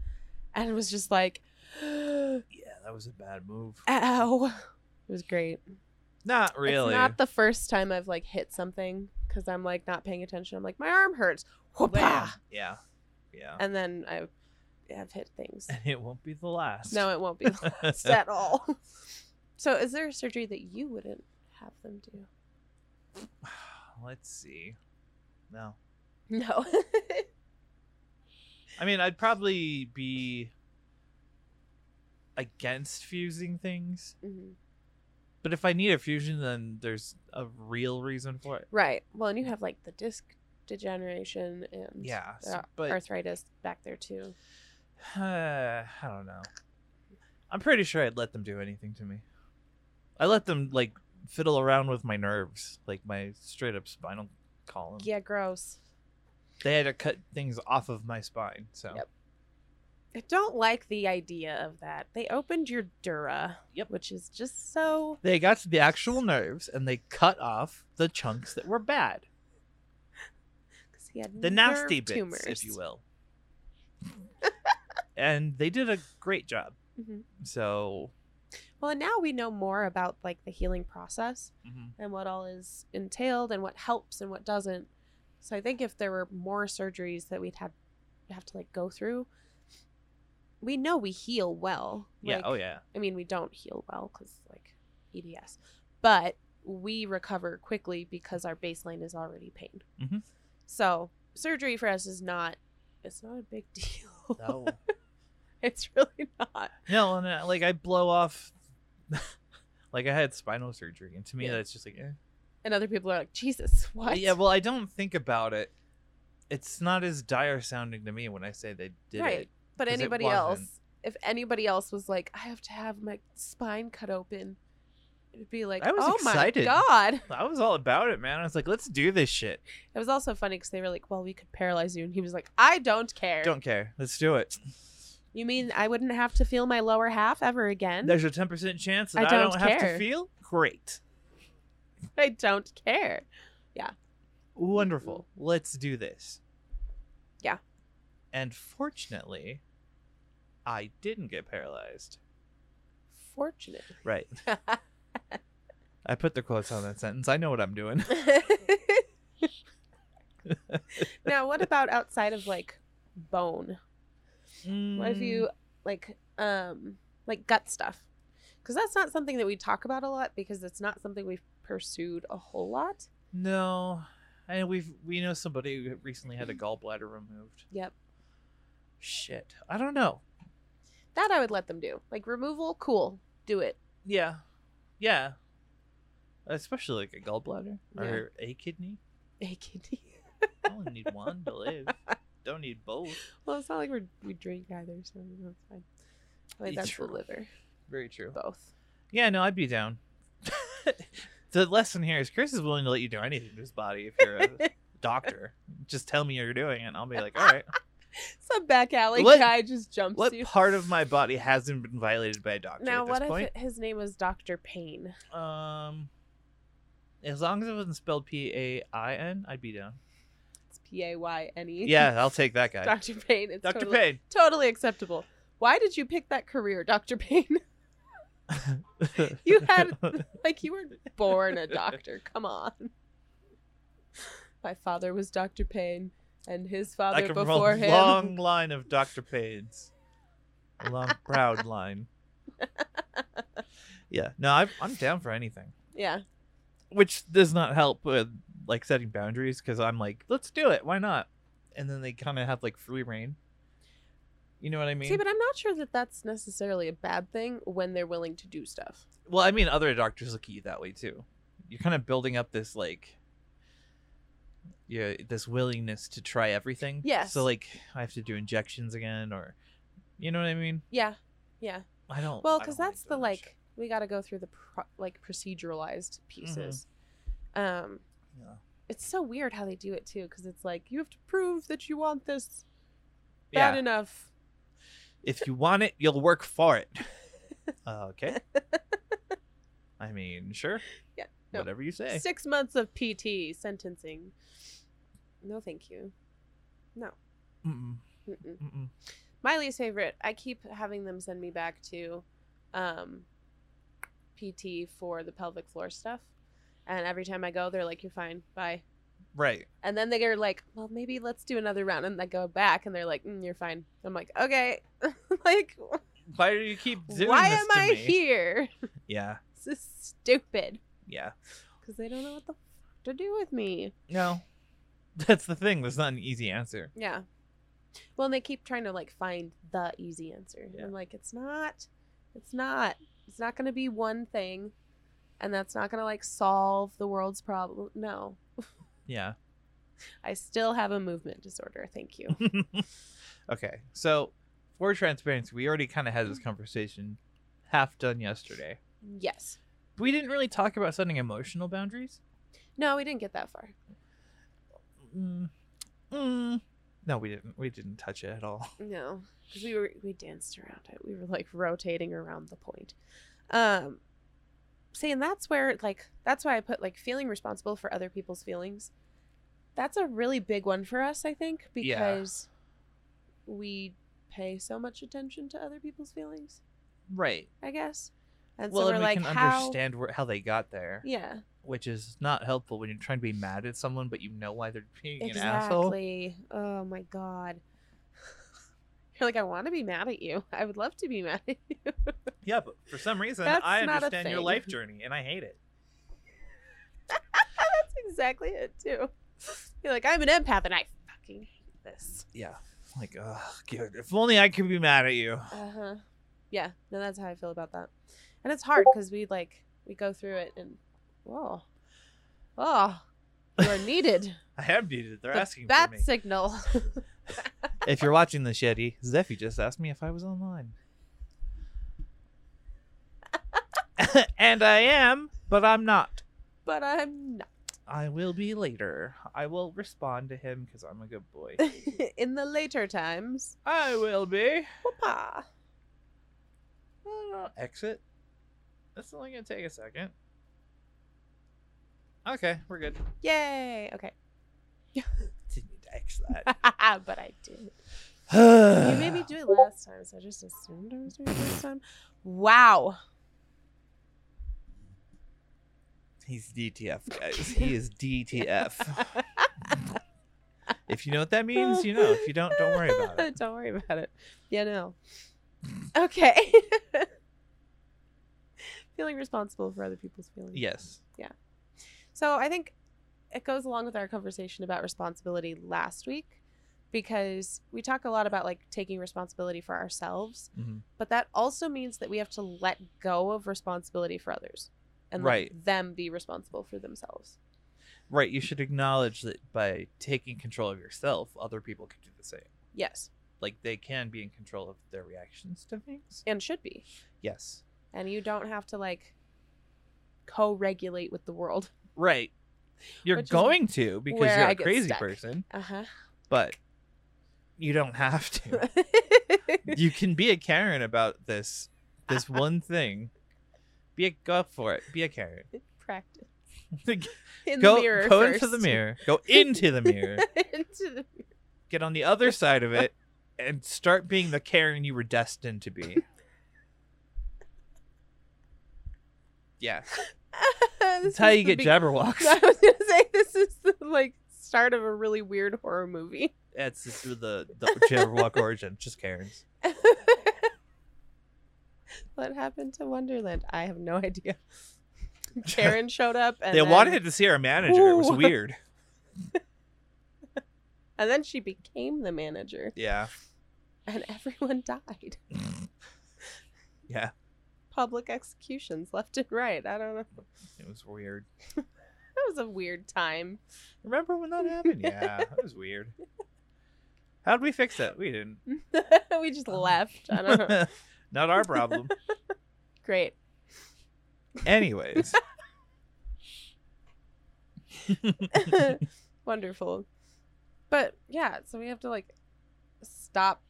S1: and was just like, [gasps] ow.
S2: Yeah, that was a bad move.
S1: It was great.
S2: Not really.
S1: It's not the first time I've like hit something because I'm like not paying attention. I'm like, my arm hurts. Whoopah!
S2: Wham. Yeah. Yeah.
S1: And then I have hit things.
S2: [laughs] And it won't be the last. [laughs]
S1: No, it won't be the last at all. So, is there a surgery that you wouldn't have them do?
S2: [sighs] Let's see. No.
S1: [laughs] No.
S2: I mean, I'd probably be against fusing things,
S1: Mhm.
S2: but if I need a fusion, then there's a real reason for it.
S1: Right. Well, and you have like the disc degeneration and
S2: Yeah.
S1: the
S2: so- but
S1: arthritis back there too.
S2: Uh, [sighs] I don't know. I'm pretty sure I'd let them do anything to me. I let them like fiddle around with my nerves, like my straight up spinal column.
S1: Yeah, gross.
S2: They had to cut things off of my spine, so
S1: Yep. I don't like the idea of that. They opened your dura,
S2: Yep.
S1: which is just so
S2: they got to the actual nerves and they cut off the chunks that were bad,
S1: because he had
S2: the nasty
S1: nerve
S2: bits,
S1: tumors.
S2: if you will. and they did a great job.
S1: Mhm.
S2: So,
S1: Well, and now we know more about like the healing process and what all is entailed and what helps and what doesn't. So I think if there were more surgeries that we'd had have to like go through, we know we heal well.
S2: yeah,
S1: Like,
S2: oh yeah,
S1: I mean, we don't heal well because like EDS, but we recover quickly because our baseline is already pain.
S2: Mhm.
S1: So surgery for us is not it's not a big [laughs] deal.
S2: no,
S1: [laughs] it's really not.
S2: no, and uh, like I blow off, [laughs] like I had spinal surgery, and to me
S1: Yeah.
S2: that's just like, eh.
S1: And other people are like, Jesus, what?
S2: yeah, well, I don't think about it. It's not as dire sounding to me when I say they did
S1: Right.
S2: it.
S1: but
S2: 'cause it
S1: anybody
S2: wasn't.
S1: else, if anybody else was like, I have to have my spine cut open, it'd be like,
S2: I was
S1: oh
S2: excited.
S1: my god.
S2: I was all about it, man. I was like, let's do this shit.
S1: It was also funny because they were like, well, we could paralyze you, and he was like, I don't care.
S2: Don't care. Let's do it.
S1: You mean I wouldn't have to feel my lower half ever again?
S2: There's a ten percent chance that
S1: I
S2: I don't,
S1: don't
S2: have
S1: care.
S2: to feel. Great.
S1: [laughs] I don't care.
S2: Wonderful. Let's do this.
S1: Yeah.
S2: And fortunately, I didn't get paralyzed.
S1: Fortunate. [laughs]
S2: Right. I put the quotes on that sentence. I know what I'm doing.
S1: now, what about outside of like bone? What if
S2: Mm,
S1: you like um like gut stuff? Cuz that's not something that we talk about a lot because it's not something we've pursued a whole lot.
S2: No, and we've we know somebody who recently had a gallbladder removed.
S1: Yep.
S2: Shit, I don't know.
S1: That I would let them do. Like removal, cool. Do it.
S2: Yeah, yeah. Especially like a gallbladder or a kidney.
S1: Hey, kitty.
S2: I only need one
S1: [laughs]
S2: to live. Don't need both.
S1: Well, it's not like we're, we drink either, so that's fine. Wait,
S2: Yeah,
S1: that's
S2: true.
S1: the liver.
S2: Very true.
S1: Both.
S2: Yeah, no, I'd be down. [laughs] the lesson here is Chris is willing to let you do anything to his body if
S1: [laughs]
S2: you're a doctor. Just tell me you're doing it, and I'll be like, all right.
S1: Some back alley
S2: What-
S1: guy just jumps
S2: What
S1: you.
S2: part of my body hasn't been violated by a doctor
S1: now,
S2: at this
S1: what if
S2: point?
S1: it- his name was Doctor Payne?
S2: Um, as long as it wasn't spelled P A I N, I'd be down.
S1: It's P A Y N E.
S2: [laughs] Yeah, I'll take that guy.
S1: Doctor Payne. It's
S2: Doctor
S1: totally,
S2: Payne.
S1: Totally acceptable. Why did you pick that career, Doctor Payne? [laughs] You had- like you weren't born a doctor. Come on. My father was Doctor Payne, and his
S2: [laughs] I
S1: father
S2: can
S1: before
S2: a
S1: him.
S2: long line of Doctor Paynes. A long,
S1: [laughs]
S2: proud line. Yeah, no, I've, I'm down for anything,
S1: [laughs] Yeah.
S2: which does not help with like setting boundaries because I'm like, let's do it, why not? And then they kind of have like free reign. You know what I mean?
S1: See, but I'm not sure that that's necessarily a bad thing when they're willing to do stuff.
S2: Well, I mean, other doctors look at you that way too. You're kind of building up this like, yeah, this willingness to try everything.
S1: Yes.
S2: So like, I have to do injections again, or, you know what I mean?
S1: Yeah. Yeah.
S2: I don't.
S1: Well,
S2: I
S1: because
S2: don't
S1: that's the
S2: doing that
S1: like we got to go through the pro- like proceduralized pieces.
S2: Mm-hmm.
S1: Um,
S2: shit. Yeah.
S1: it's so weird how they do it too, because it's like you have to prove that you want this
S2: Yeah.
S1: bad enough.
S2: if you want it, you'll work for
S1: [laughs]
S2: it. Uh, okay. I mean, sure.
S1: Yeah, no.
S2: Whatever you say.
S1: Six months of PT sentencing. No, thank you.
S2: Mm-mm,
S1: Mm-mm.
S2: mm-mm.
S1: My least favorite. I keep having them send me back to um, PT for the pelvic floor stuff, and every time I go, they're like, "You're fine. Bye."
S2: Right.
S1: And then they're like, well, maybe let's do another round. And I go back and they're like, mm, you're fine. I'm like, okay. [laughs] like,
S2: Why do you keep doing
S1: why
S2: this
S1: am
S2: to
S1: I
S2: me?
S1: here? [laughs]
S2: Yeah.
S1: This is stupid.
S2: Yeah.
S1: Because they don't know what the fuck to do with me.
S2: No. [laughs] That's the thing. There's not an easy answer.
S1: Yeah. Well, and they keep trying to like find the easy answer.
S2: Yeah.
S1: I'm like, it's not. It's not. It's not going to be one thing. And that's not going to like solve the world's problem. No.
S2: Yeah. [laughs]
S1: I still have a movement disorder. Thank [laughs] you.
S2: okay, so for transparency, we already kind of had this conversation half done yesterday.
S1: yes.
S2: We didn't really talk about setting emotional boundaries.
S1: No, we didn't get that far.
S2: Mm. Mm. No, we didn't. We didn't touch it at all.
S1: No, 'cause we were we danced around it. We were like rotating around the point. Um see, and that's where like that's why I put like feeling responsible for other people's feelings. That's a really big one for us, I think,
S2: Yeah.
S1: because we pay so much attention to other people's feelings,
S2: Right.
S1: I guess. And
S2: well,
S1: so we're
S2: and we
S1: like
S2: can
S1: how
S2: understand where, how they got there,
S1: Yeah.
S2: which is not helpful when you're trying to be mad at someone, but you know why they're being an asshole.
S1: Exactly. Oh my god. [laughs] You're like, I want to be mad at you. I would love to be mad at you.
S2: Yeah, but for some reason,
S1: That's
S2: I
S1: not a
S2: understand your
S1: thing.
S2: life journey, and I hate it.
S1: [laughs] That's exactly it too. You're like, I'm an empath and I fucking hate this.
S2: Yeah. Like, ugh, God, if only I could be mad at you.
S1: Uh huh. Yeah. No, that's how I feel about that. And it's hard because we like we go through it and whoa, oh, you are needed.
S2: I am needed. [laughs] They're
S1: The
S2: asking
S1: bat
S2: for me.
S1: signal. [laughs]
S2: if you're watching this, Yeti, Zeffy just asked me if I
S1: [laughs]
S2: was online. and I am, but I'm not.
S1: but I'm not [laughs]
S2: I will be later. I will respond to him because I'm a good
S1: [laughs]
S2: boy.
S1: in the later times.
S2: I will be.
S1: Whoopah.
S2: Uh, Exit. That's only going to take a second. Okay, we're good.
S1: Yay. Okay. [laughs]
S2: Didn't need to X that.
S1: but I did. You made me do it last time, so I just assumed I was doing it this time. Wow.
S2: [sighs] He's DTF, guys. He is
S1: [laughs]
S2: DTF. if you know what that means, you know. If you don't, don't worry
S1: [laughs]
S2: about it.
S1: don't worry about it. Yeah, no. [laughs] Okay. Feeling responsible for other people's feelings.
S2: Yes.
S1: So I think it goes along with our conversation about responsibility last week because we talk a lot about like taking responsibility for ourselves,
S2: Mhm.
S1: but that also means that we have to let go of responsibility for others and
S2: Right.
S1: let them be responsible for themselves.
S2: Right. You should acknowledge that by taking control of yourself, other people can do the same.
S1: Yes,
S2: Like they can be in control of their reactions to things.
S1: and should be.
S2: Yes.
S1: And you don't have to like co-regulate with the world.
S2: Right. You're
S1: Which is
S2: going to because
S1: where
S2: you're
S1: I
S2: a
S1: get
S2: crazy
S1: stuck.
S2: person,
S1: Uh-huh.
S2: but you don't have to. you can be a Karen about this this one thing. Be a go for it. Be a Karen.
S1: [laughs] Practice.
S2: go
S1: [laughs] In the mirror
S2: [laughs] go
S1: first.
S2: into the mirror. Go into the mirror.
S1: [laughs] Into the
S2: get on the other side of it and start being the Karen you were destined
S1: [laughs]
S2: to be. Yeah.
S1: This
S2: That's how
S1: is
S2: you
S1: the
S2: get
S1: be- [laughs] I
S2: jabberwocks.
S1: was gonna say this is the like start of a really weird horror movie.
S2: [laughs]
S1: [laughs]
S2: That's just the, the jabberwock origin. Just Karens.
S1: what happened to Wonderland? I have no
S2: [laughs]
S1: idea. Karen showed up and
S2: they
S1: then,
S2: wanted to see our manager. It was
S1: Ooh.
S2: weird.
S1: and then she became the manager [laughs]
S2: Yeah.
S1: and everyone [laughs] died.
S2: Yeah.
S1: Public executions left and right. I don't know.
S2: It was weird.
S1: That was a weird time.
S2: Remember when that happened? [laughs] Yeah. It was weird. [laughs] How'd we fix it?
S1: [laughs]
S2: We didn't.
S1: we just left. I don't
S2: [laughs]
S1: know.
S2: Not
S1: [laughs]
S2: our problem.
S1: Great. [laughs]
S2: Anyways.
S1: Wonderful. But yeah, so we have to like stop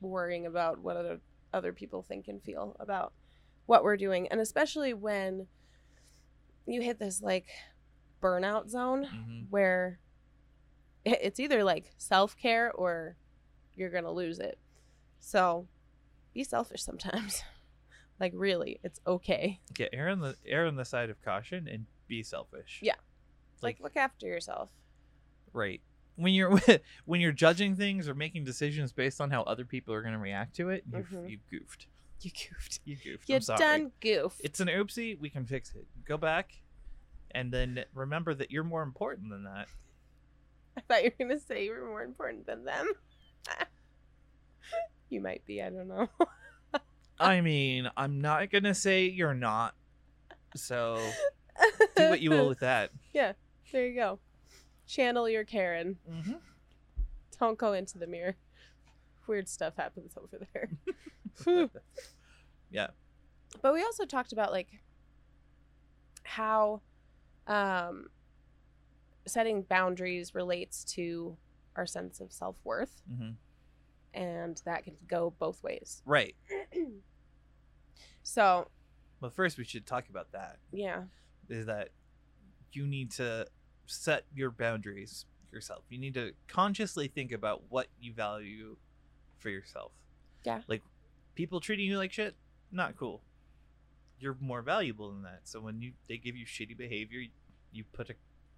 S1: worrying about what other other people think and feel about what we're doing, and especially when you hit this like burnout zone
S2: Mhm.
S1: where i- it's either like self-care or you're going to lose it. So be selfish sometimes. [laughs] like really, it's okay.
S2: Get err on the err on the side of caution and be selfish.
S1: Yeah.
S2: Like,
S1: Like look after yourself.
S2: right when you're [laughs] when you're judging things or making decisions based on how other people are going to react to it, you've,
S1: Mhm.
S2: you've goofed.
S1: You goofed.
S2: You goofed.
S1: You
S2: I'm sorry.
S1: done goof.
S2: It's an oopsie. We can fix it. Go back, and then remember that you're more important than that.
S1: [laughs] I thought you were gonna say you were more important than them. [laughs] you might be. I don't know.
S2: I mean, I'm not gonna say you're not. So [laughs] do what you
S1: [laughs]
S2: will with that.
S1: There you go. Channel your Karen.
S2: Mm-hmm.
S1: Don't go into the mirror. Weird stuff happens over there. [laughs] Phew.
S2: [laughs] Yeah.
S1: But we also talked about like how um, setting boundaries relates to our sense of self worth,
S2: Mm-hmm.
S1: and that can go both ways.
S2: Right.
S1: so
S2: Well, first we should talk about that.
S1: yeah,
S2: is that you need to set your boundaries yourself. You need to consciously think about what you value for yourself.
S1: Yeah.
S2: Like people treating you like shit, not cool. You're more valuable than that. So when you they give you shitty behavior, you put a,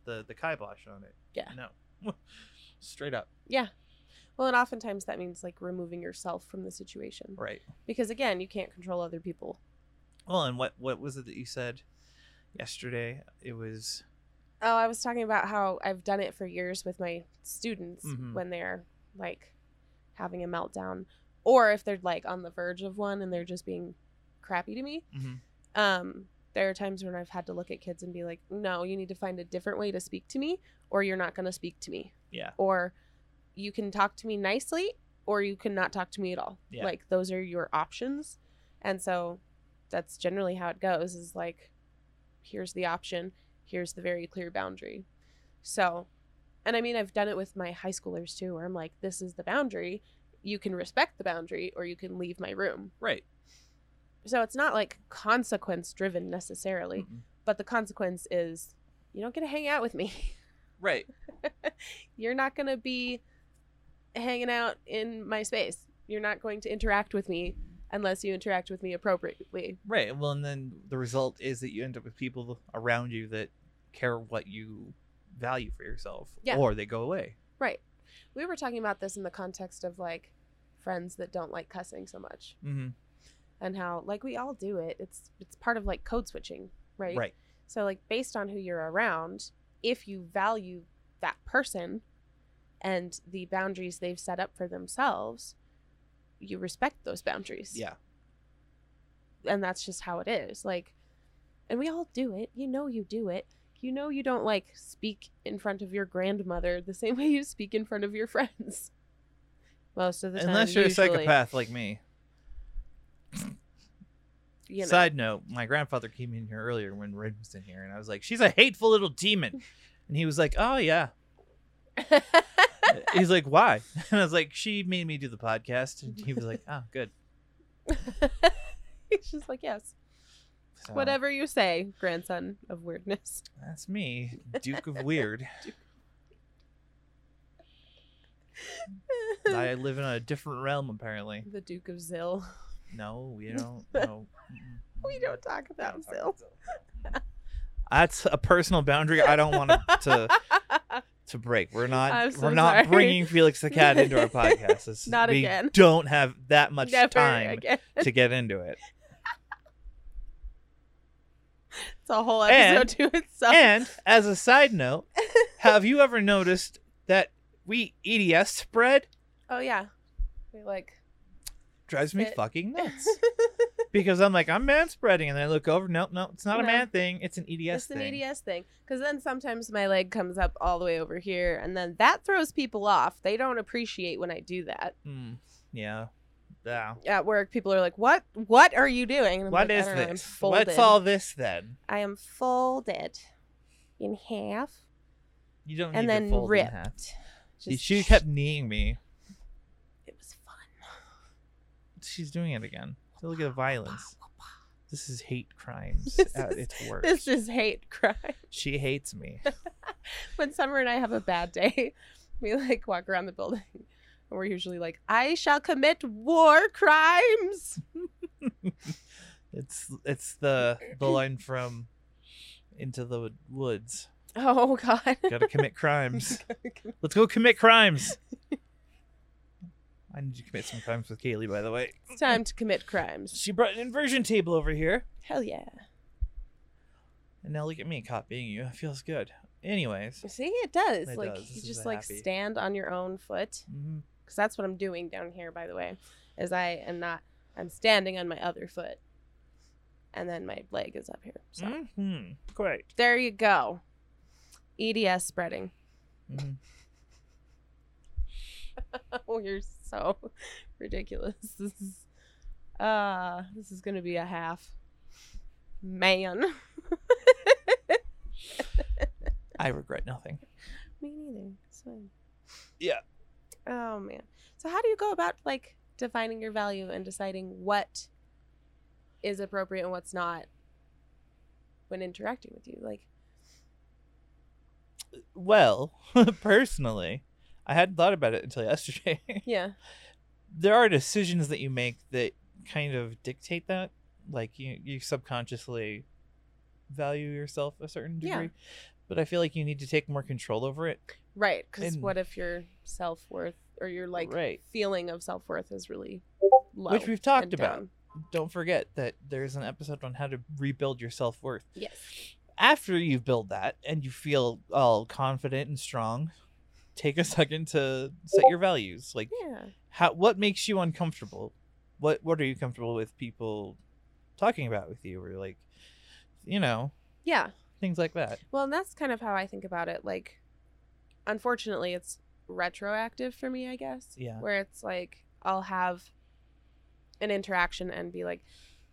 S2: the the kibosh on it.
S1: Yeah.
S2: No. [laughs] Straight up.
S1: Yeah. Well, and oftentimes that means like removing yourself from the situation.
S2: Right.
S1: Because again, you can't control other people.
S2: Well, and what what was it that you said yesterday? It was
S1: Oh, I was talking about how I've done it for years with my students
S2: Mhm.
S1: when they're like having a meltdown or if they're like on the verge of one and they're just being crappy to me.
S2: Mhm.
S1: Um there are times when I've had to look at kids and be like, "No, you need to find a different way to speak to me or you're not going to speak to me."
S2: Yeah.
S1: Or you can talk to me nicely or you can not talk to me at all.
S2: Yeah.
S1: Like those are your options. And so that's generally how it goes is like here's the option, here's the very clear boundary. So, and I mean I've done it with my high schoolers too where I'm like this is the boundary. You can respect the boundary or you can leave my room.
S2: right.
S1: So it's not like consequence driven necessarily,
S2: Mm-mm.
S1: but the consequence is you don't get to hang out with me. [laughs]
S2: Right.
S1: you're not going to be hanging out in my space. You're not going to interact with me unless you interact with me appropriately.
S2: Right. Well, and then the result is that you end up with people around you that care what you value for yourself,
S1: Yeah.
S2: or they go away.
S1: Right. We were talking about this in the context of like friends that don't like cussing so much
S2: Mm-hmm.
S1: and how like we all do it. It's it's part of like code switching, right?
S2: Right.
S1: So like based on who you're around, if you value that person and the boundaries they've set up for themselves, you respect those boundaries.
S2: Yeah.
S1: And that's just how it is. Like and we all do it. You know you do it. You know you don't like speak in front of your grandmother the [laughs] same way you speak in front of your friends. Most of the time.
S2: Unless you're
S1: usually,
S2: a psychopath like me.
S1: you know. [laughs]
S2: Side note, my grandfather came in here earlier when Red was in here, and I was like, she's a hateful
S1: [laughs]
S2: little demon. And he was like, oh, yeah. He's like, why? [laughs] And I was like, she made me do the podcast. And he was like, oh, good.
S1: He's just like, yes.
S2: So,
S1: Whatever you say, grandson of weirdness.
S2: That's me, Duke of
S1: [laughs]
S2: Weird. I live in a different realm, apparently.
S1: [laughs] the Duke of Zill. [laughs]
S2: No, we don't. No. Mm-mm.
S1: We don't talk about Zill.
S2: [laughs] That's a personal boundary I don't want
S1: [laughs]
S2: to to break. We're
S1: I'm
S2: not
S1: so
S2: we're not
S1: sorry.
S2: bringing Felix the cat into
S1: [laughs]
S2: our podcast. This-
S1: Not
S2: we
S1: again.
S2: Don't have that much
S1: Never
S2: time
S1: again.
S2: to get
S1: [laughs]
S2: into it.
S1: It's a whole
S2: And-
S1: episode to itself.
S2: And as a
S1: [laughs]
S2: side note, have you ever noticed that we EDS spread
S1: oh yeah, we like
S2: drives me
S1: It- [laughs]
S2: fucking nuts because I'm like I'm man spreading and I look over. Nope, nope, it's not a
S1: No.
S2: man thing. It's an EDS
S1: it's an E
S2: thing.
S1: ADS thing. Because then sometimes my leg comes up all the way over here, and then that throws people off. They don't appreciate when I do that
S2: Mm, yeah, yeah.
S1: at work. People are like, "What? What are you doing?" And I'm
S2: What
S1: like, "I
S2: is
S1: don't know, I'm
S2: this?
S1: folded.
S2: What's all this then?
S1: I am folded in half
S2: You don't
S1: and
S2: need to
S1: then
S2: fold in
S1: ripped.
S2: half.
S1: Just-
S2: she kept kneeing me.
S1: It was fun.
S2: [laughs] She's doing it again. So look at the violence. This is hate
S1: [laughs]
S2: crimes
S1: This
S2: at
S1: is-
S2: Oh, its worst.
S1: This is hate crime. [laughs]
S2: she hates me. [laughs]
S1: when Summer and I have a bad day, [laughs] we like walk around the building. and We're usually like, I shall commit war crimes. [laughs]
S2: It's it's the the line from Into the Woods.
S1: Oh, God.
S2: Got to commit crimes. [laughs] Let's go commit crimes. [laughs] I need to commit some crimes with Kaylee, by the way.
S1: [laughs] it's time to commit crimes.
S2: She brought an inversion table over here.
S1: Hell yeah.
S2: And now look at me caught being you. It feels good. Anyways.
S1: See, it does.
S2: It
S1: like,
S2: does.
S1: you
S2: This is
S1: just
S2: a
S1: like
S2: happy-
S1: stand on your own foot.
S2: Mhm.
S1: Because that's what I'm doing down here, by the way, is I am not, I'm standing on my other foot. And then my leg is up here. So
S2: Mhm. Quite.
S1: there you go. EDS
S2: [laughs]
S1: spreading. [laughs]
S2: Mhm.
S1: Oh, you're so [laughs] ridiculous. [laughs] This is uh this is gonna be a half. Man.
S2: I regret nothing.
S1: Me neither. It's fine.
S2: Yeah.
S1: Oh man. So how do you go about like defining your value and deciding what is appropriate and what's not when interacting with you? Like
S2: Well, [laughs] personally, I hadn't thought about it until yesterday. [laughs]
S1: yeah.
S2: there are decisions that you make that kind of dictate that. Like you, you subconsciously value yourself a certain degree.
S1: Yeah.
S2: But I feel like you need to take more control over it.
S1: Right. Because
S2: And-
S1: what if your self worth or your like
S2: Right.
S1: feeling of self worth is really low?
S2: Which we've talked
S1: and
S2: about.
S1: down?
S2: Don't forget that there's an episode on how to rebuild your self worth.
S1: Yes.
S2: After you build that and you feel all confident and strong, take a second to set your values. Like
S1: Yeah.
S2: how what makes you uncomfortable what what are you comfortable with people talking about with you or like you know
S1: Yeah.
S2: things like that
S1: Well, and that's kind of how I think about it. Like, unfortunately, it's retroactive for me, I guess.
S2: Yeah.
S1: Where it's like, I'll have an interaction and be like,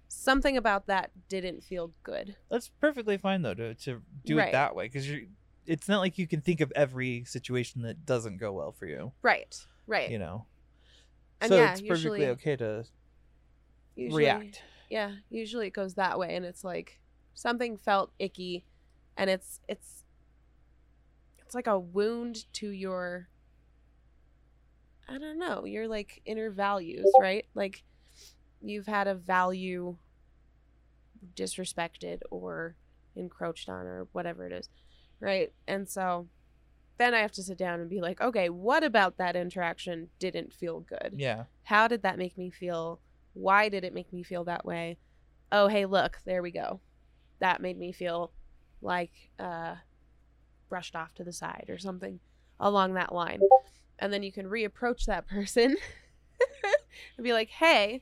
S1: something about that didn't feel good.
S2: that's perfectly fine though to, to do
S1: Right.
S2: it that way because you're it's not like you can think of every situation that doesn't go well for you
S1: Right. Right.
S2: you know
S1: And
S2: so
S1: yeah,
S2: it's perfectly
S1: usually-
S2: okay to
S1: Usually-
S2: react
S1: Yeah. Usually it goes that way. And it's like, something felt icky. And it's, it's, it's like a wound to your, I don't know, your like inner values, right? Like, you've had a value disrespected or encroached on or whatever it is right and so then i have to sit down and be like okay what about that interaction didn't feel good
S2: yeah
S1: how did that make me feel why did it make me feel that way oh hey look there we go that made me feel like uh, brushed off to the side or something along that line. And then you can reapproach that [laughs] person and be like, hey,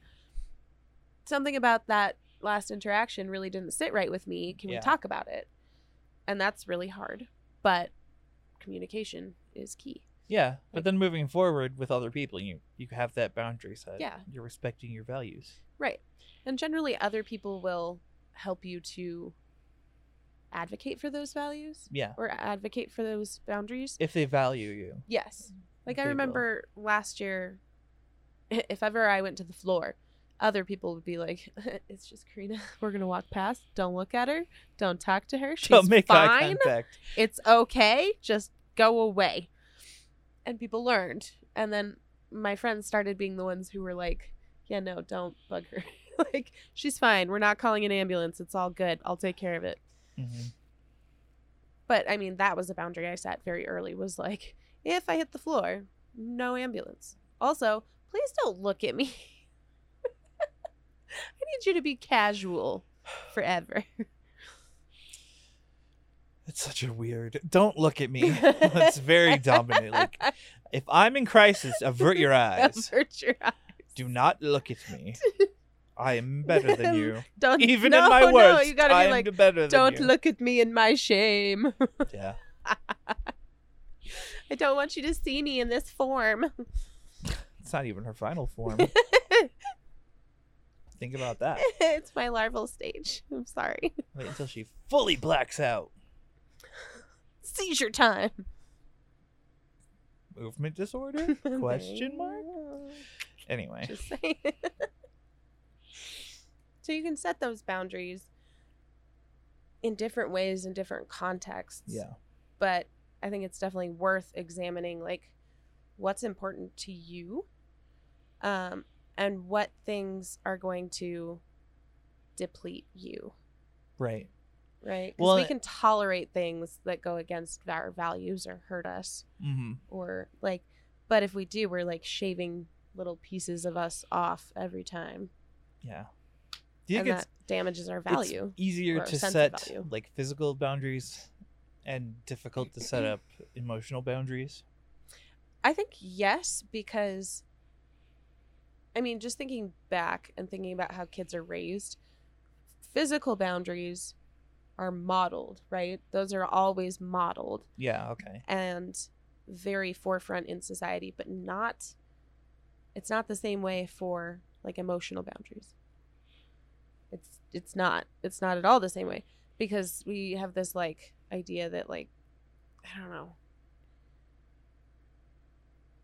S1: something about that last interaction really didn't sit right with me. Can
S2: Yeah.
S1: we talk about it? And that's really hard, but communication is key.
S2: Yeah,
S1: Like-
S2: but then moving forward with other people, you you have that boundary set.
S1: Yeah.
S2: you're respecting your values.
S1: Right. And generally, other people will help you to advocate for those values
S2: Yeah,
S1: or advocate for those boundaries.
S2: if they value you.
S1: Yes. Like I
S2: They will.
S1: remember last year, if ever I went to the floor, other people would be like, [laughs] "It's just Karina. [laughs] We're gonna walk past. Don't look at her. Don't talk to her. She's
S2: Don't make eye
S1: fine.
S2: contact.
S1: It's okay. Just go away." And people learned. And then my friends started being the ones who were like, "Yeah, no, don't bug her. [laughs] like she's fine. We're not calling an ambulance. It's all good. I'll take care of it."
S2: Mhm.
S1: but i mean that was a boundary i set very early was like if i hit the floor no ambulance also please don't look at me [laughs] i need you to be
S2: [sighs]
S1: casual forever
S2: It's such a weird. Don't look at
S1: [laughs]
S2: me. it's very dominant. Like if I'm in crisis, avert your eyes.
S1: [laughs] Avert your eyes.
S2: Do not look at me. I am
S1: [laughs]
S2: better than you.
S1: don't
S2: Even
S1: no,
S2: in my
S1: no,
S2: words,
S1: you gotta
S2: I
S1: be
S2: am
S1: like
S2: better than
S1: don't
S2: you."
S1: look at me in my shame [laughs]
S2: Yeah.
S1: i don't want you to see me in this form [laughs]
S2: It's not even her final form. Think about that.
S1: it's my larval stage i'm sorry [laughs]
S2: Wait until she fully blacks out.
S1: seizure time [laughs] [laughs]
S2: Movement disorder?
S1: There
S2: Question
S1: you
S2: mark?
S1: go.
S2: Anyway.
S1: [laughs] Just saying. [laughs] so you can set those boundaries in different ways in different contexts.
S2: Yeah.
S1: But I think it's definitely worth examining like what's important to you um and what things are going to deplete you,
S2: Right.
S1: right? 'Cause
S2: Well,
S1: we
S2: it-
S1: can tolerate things that go against our values or hurt us
S2: Mm-hmm.
S1: or like but if we do we're like shaving little pieces of us off every time
S2: Yeah. Do you
S1: and
S2: think it's,
S1: that damages our
S2: it's
S1: value
S2: easier
S1: or
S2: to
S1: sense of
S2: set
S1: value?
S2: like physical boundaries and difficult to set up emotional boundaries?
S1: i think yes because i mean just thinking back and thinking about how kids are raised physical boundaries are modeled right those are always modeled
S2: Yeah, okay.
S1: and very forefront in society but not it's not the same way for like emotional boundaries it's it's not it's not at all the same way because we have this like idea that like i don't know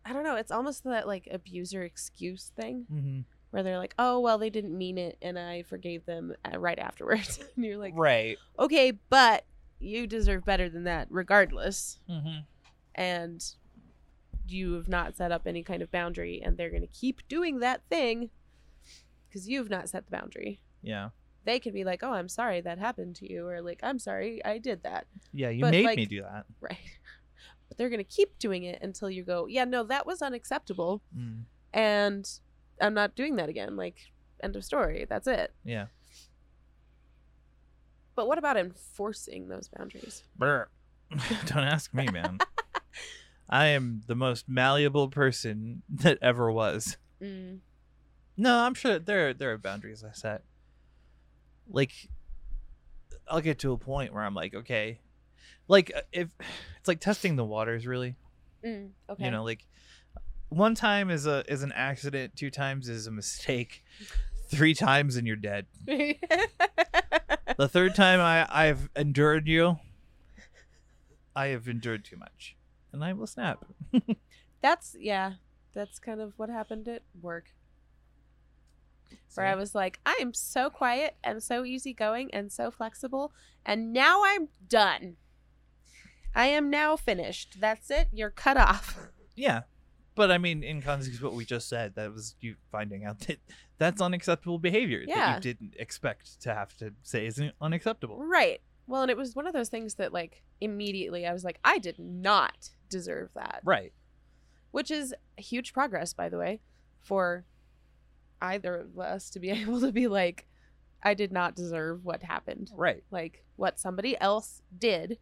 S1: i don't know it's almost that like abuser excuse thing
S2: Mm-hmm.
S1: where they're like oh well they didn't mean it and i forgave them uh, right afterwards [laughs] and you're like
S2: right.
S1: okay but you deserve better than that regardless
S2: Mm-hmm.
S1: and you have not set up any kind of boundary and they're going to keep doing that thing because you've not set the boundary
S2: Yeah.
S1: they could be like oh i'm sorry that happened to you or like i'm sorry i did that [laughs]
S2: Yeah, you
S1: But,
S2: made
S1: like-
S2: me do that.
S1: right but they're going to keep doing it until you go yeah no that was unacceptable
S2: Mm.
S1: and i'm not doing that again like end of story that's it
S2: Yeah.
S1: but what about enforcing those boundaries
S2: Brr. [laughs] Don't ask me,
S1: [laughs]
S2: man. I am the most malleable person that ever was.
S1: mm.
S2: No, I'm sure there there are boundaries I set. Like, I'll get to a point where I'm like, okay, like uh, if [sighs] it's like testing the waters, really.
S1: Mm. okay
S2: You know, like one time is a is an accident, two times is a mistake, [laughs] three times and you're dead. The third time I I've endured you, I have endured too much, and I will snap.
S1: [laughs] that's yeah that's kind of what happened at work where I was like, I am so quiet and so easygoing and so flexible, and now I'm done. I am now finished. That's it. You're cut off.
S2: Yeah. But I mean, in context of what we just said, that was you finding out [laughs] that that's unacceptable behavior that
S1: Yeah. Mm.
S2: you didn't expect to have to say isn't unacceptable.
S1: Right. Well, and it was one of those things that, like, immediately I was like, I did not deserve that,
S2: Right.
S1: which is huge [laughs] progress, by the way, for either of us to be able to be like, I did not deserve what happened.
S2: Right.
S1: Like what somebody else did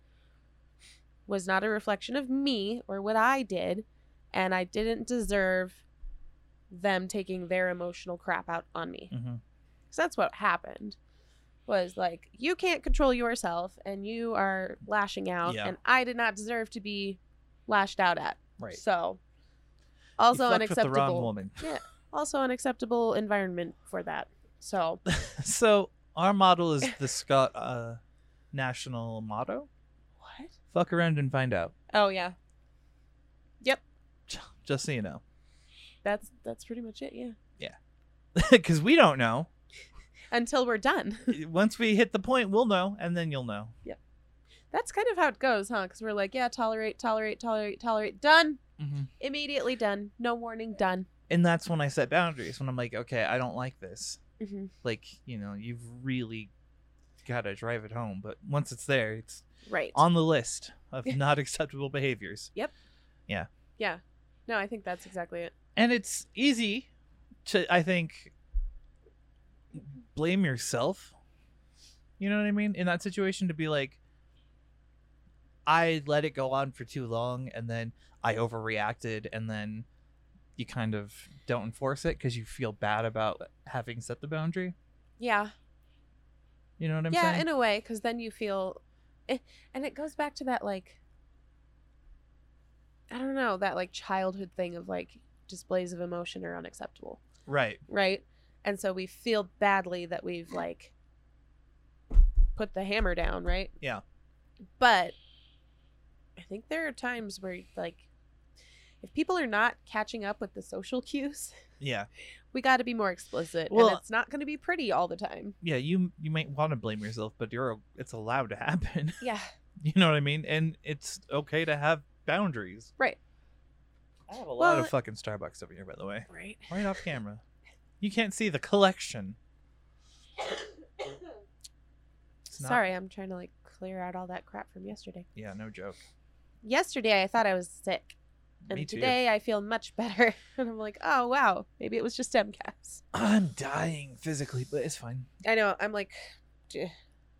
S1: was not a reflection of me or what I did, and I didn't deserve them taking their emotional crap out on me.
S2: Mhm.
S1: Cuz that's what happened. Was like you can't control yourself and you are lashing out
S2: Yeah.
S1: and I did not deserve to be lashed out at.
S2: Right.
S1: So
S2: You
S1: also
S2: fucked with the
S1: unacceptable.
S2: wrong woman. [laughs]
S1: Also unacceptable environment for that.
S2: [laughs]
S1: So
S2: So our model is
S1: [laughs]
S2: the Scott uh, national motto.
S1: what?
S2: Fuck around and find out.
S1: Oh yeah.
S2: Just so you know, [laughs]
S1: That's that's pretty much it, yeah.
S2: because we don't
S1: [laughs]
S2: know.
S1: Until we're done.
S2: Once we hit the point, we'll know, and then you'll know.
S1: That's kind of how it goes, huh? Because we're like, yeah, tolerate, tolerate, tolerate, tolerate. Done. Immediately done. No warning. Done.
S2: And that's when I set boundaries. When I'm like, okay, I don't like this.
S1: hmm
S2: Like, you know, you've really got to drive it home. But once it's there, it's
S1: Right.
S2: on the list of not [laughs] acceptable behaviors.
S1: yeah. No, I think that's exactly it.
S2: and it's easy to i think blame yourself you know what i mean in that situation to be like i let it go on for too long and then i overreacted and then you kind of don't enforce it because you feel bad about having set the boundary
S1: Yeah.
S2: you know what i'm
S1: yeah,
S2: saying
S1: in a way, because then you feel, eh, and it goes back to that like, I don't know, that like childhood thing of like displays of emotion are unacceptable.
S2: right
S1: right? And so we feel badly that we've like put the hammer down, right?
S2: Yeah.
S1: But I think there are times where like if people are not catching up with the social cues, [laughs]
S2: yeah
S1: we got to be more explicit.
S2: Well-
S1: and it's not going to be pretty all the time.
S2: yeah you you might want to blame yourself but you're it's allowed to happen [laughs]
S1: Yeah.
S2: you know what i mean and it's okay to have boundaries
S1: Right.
S2: I have a lot
S1: Well,
S2: of fucking Starbucks over here, by the way.
S1: Right.
S2: Right off camera. You can't see the collection. [coughs] It's not-
S1: Sorry, I'm trying to like clear out all that crap from yesterday.
S2: Yeah, no joke.
S1: Yesterday I thought I was sick, and
S2: Me too.
S1: today I feel much [laughs] better. and I'm like, "Oh, wow. Maybe it was just MCAS."
S2: I'm dying physically, but it's fine.
S1: I know. I'm like, "J-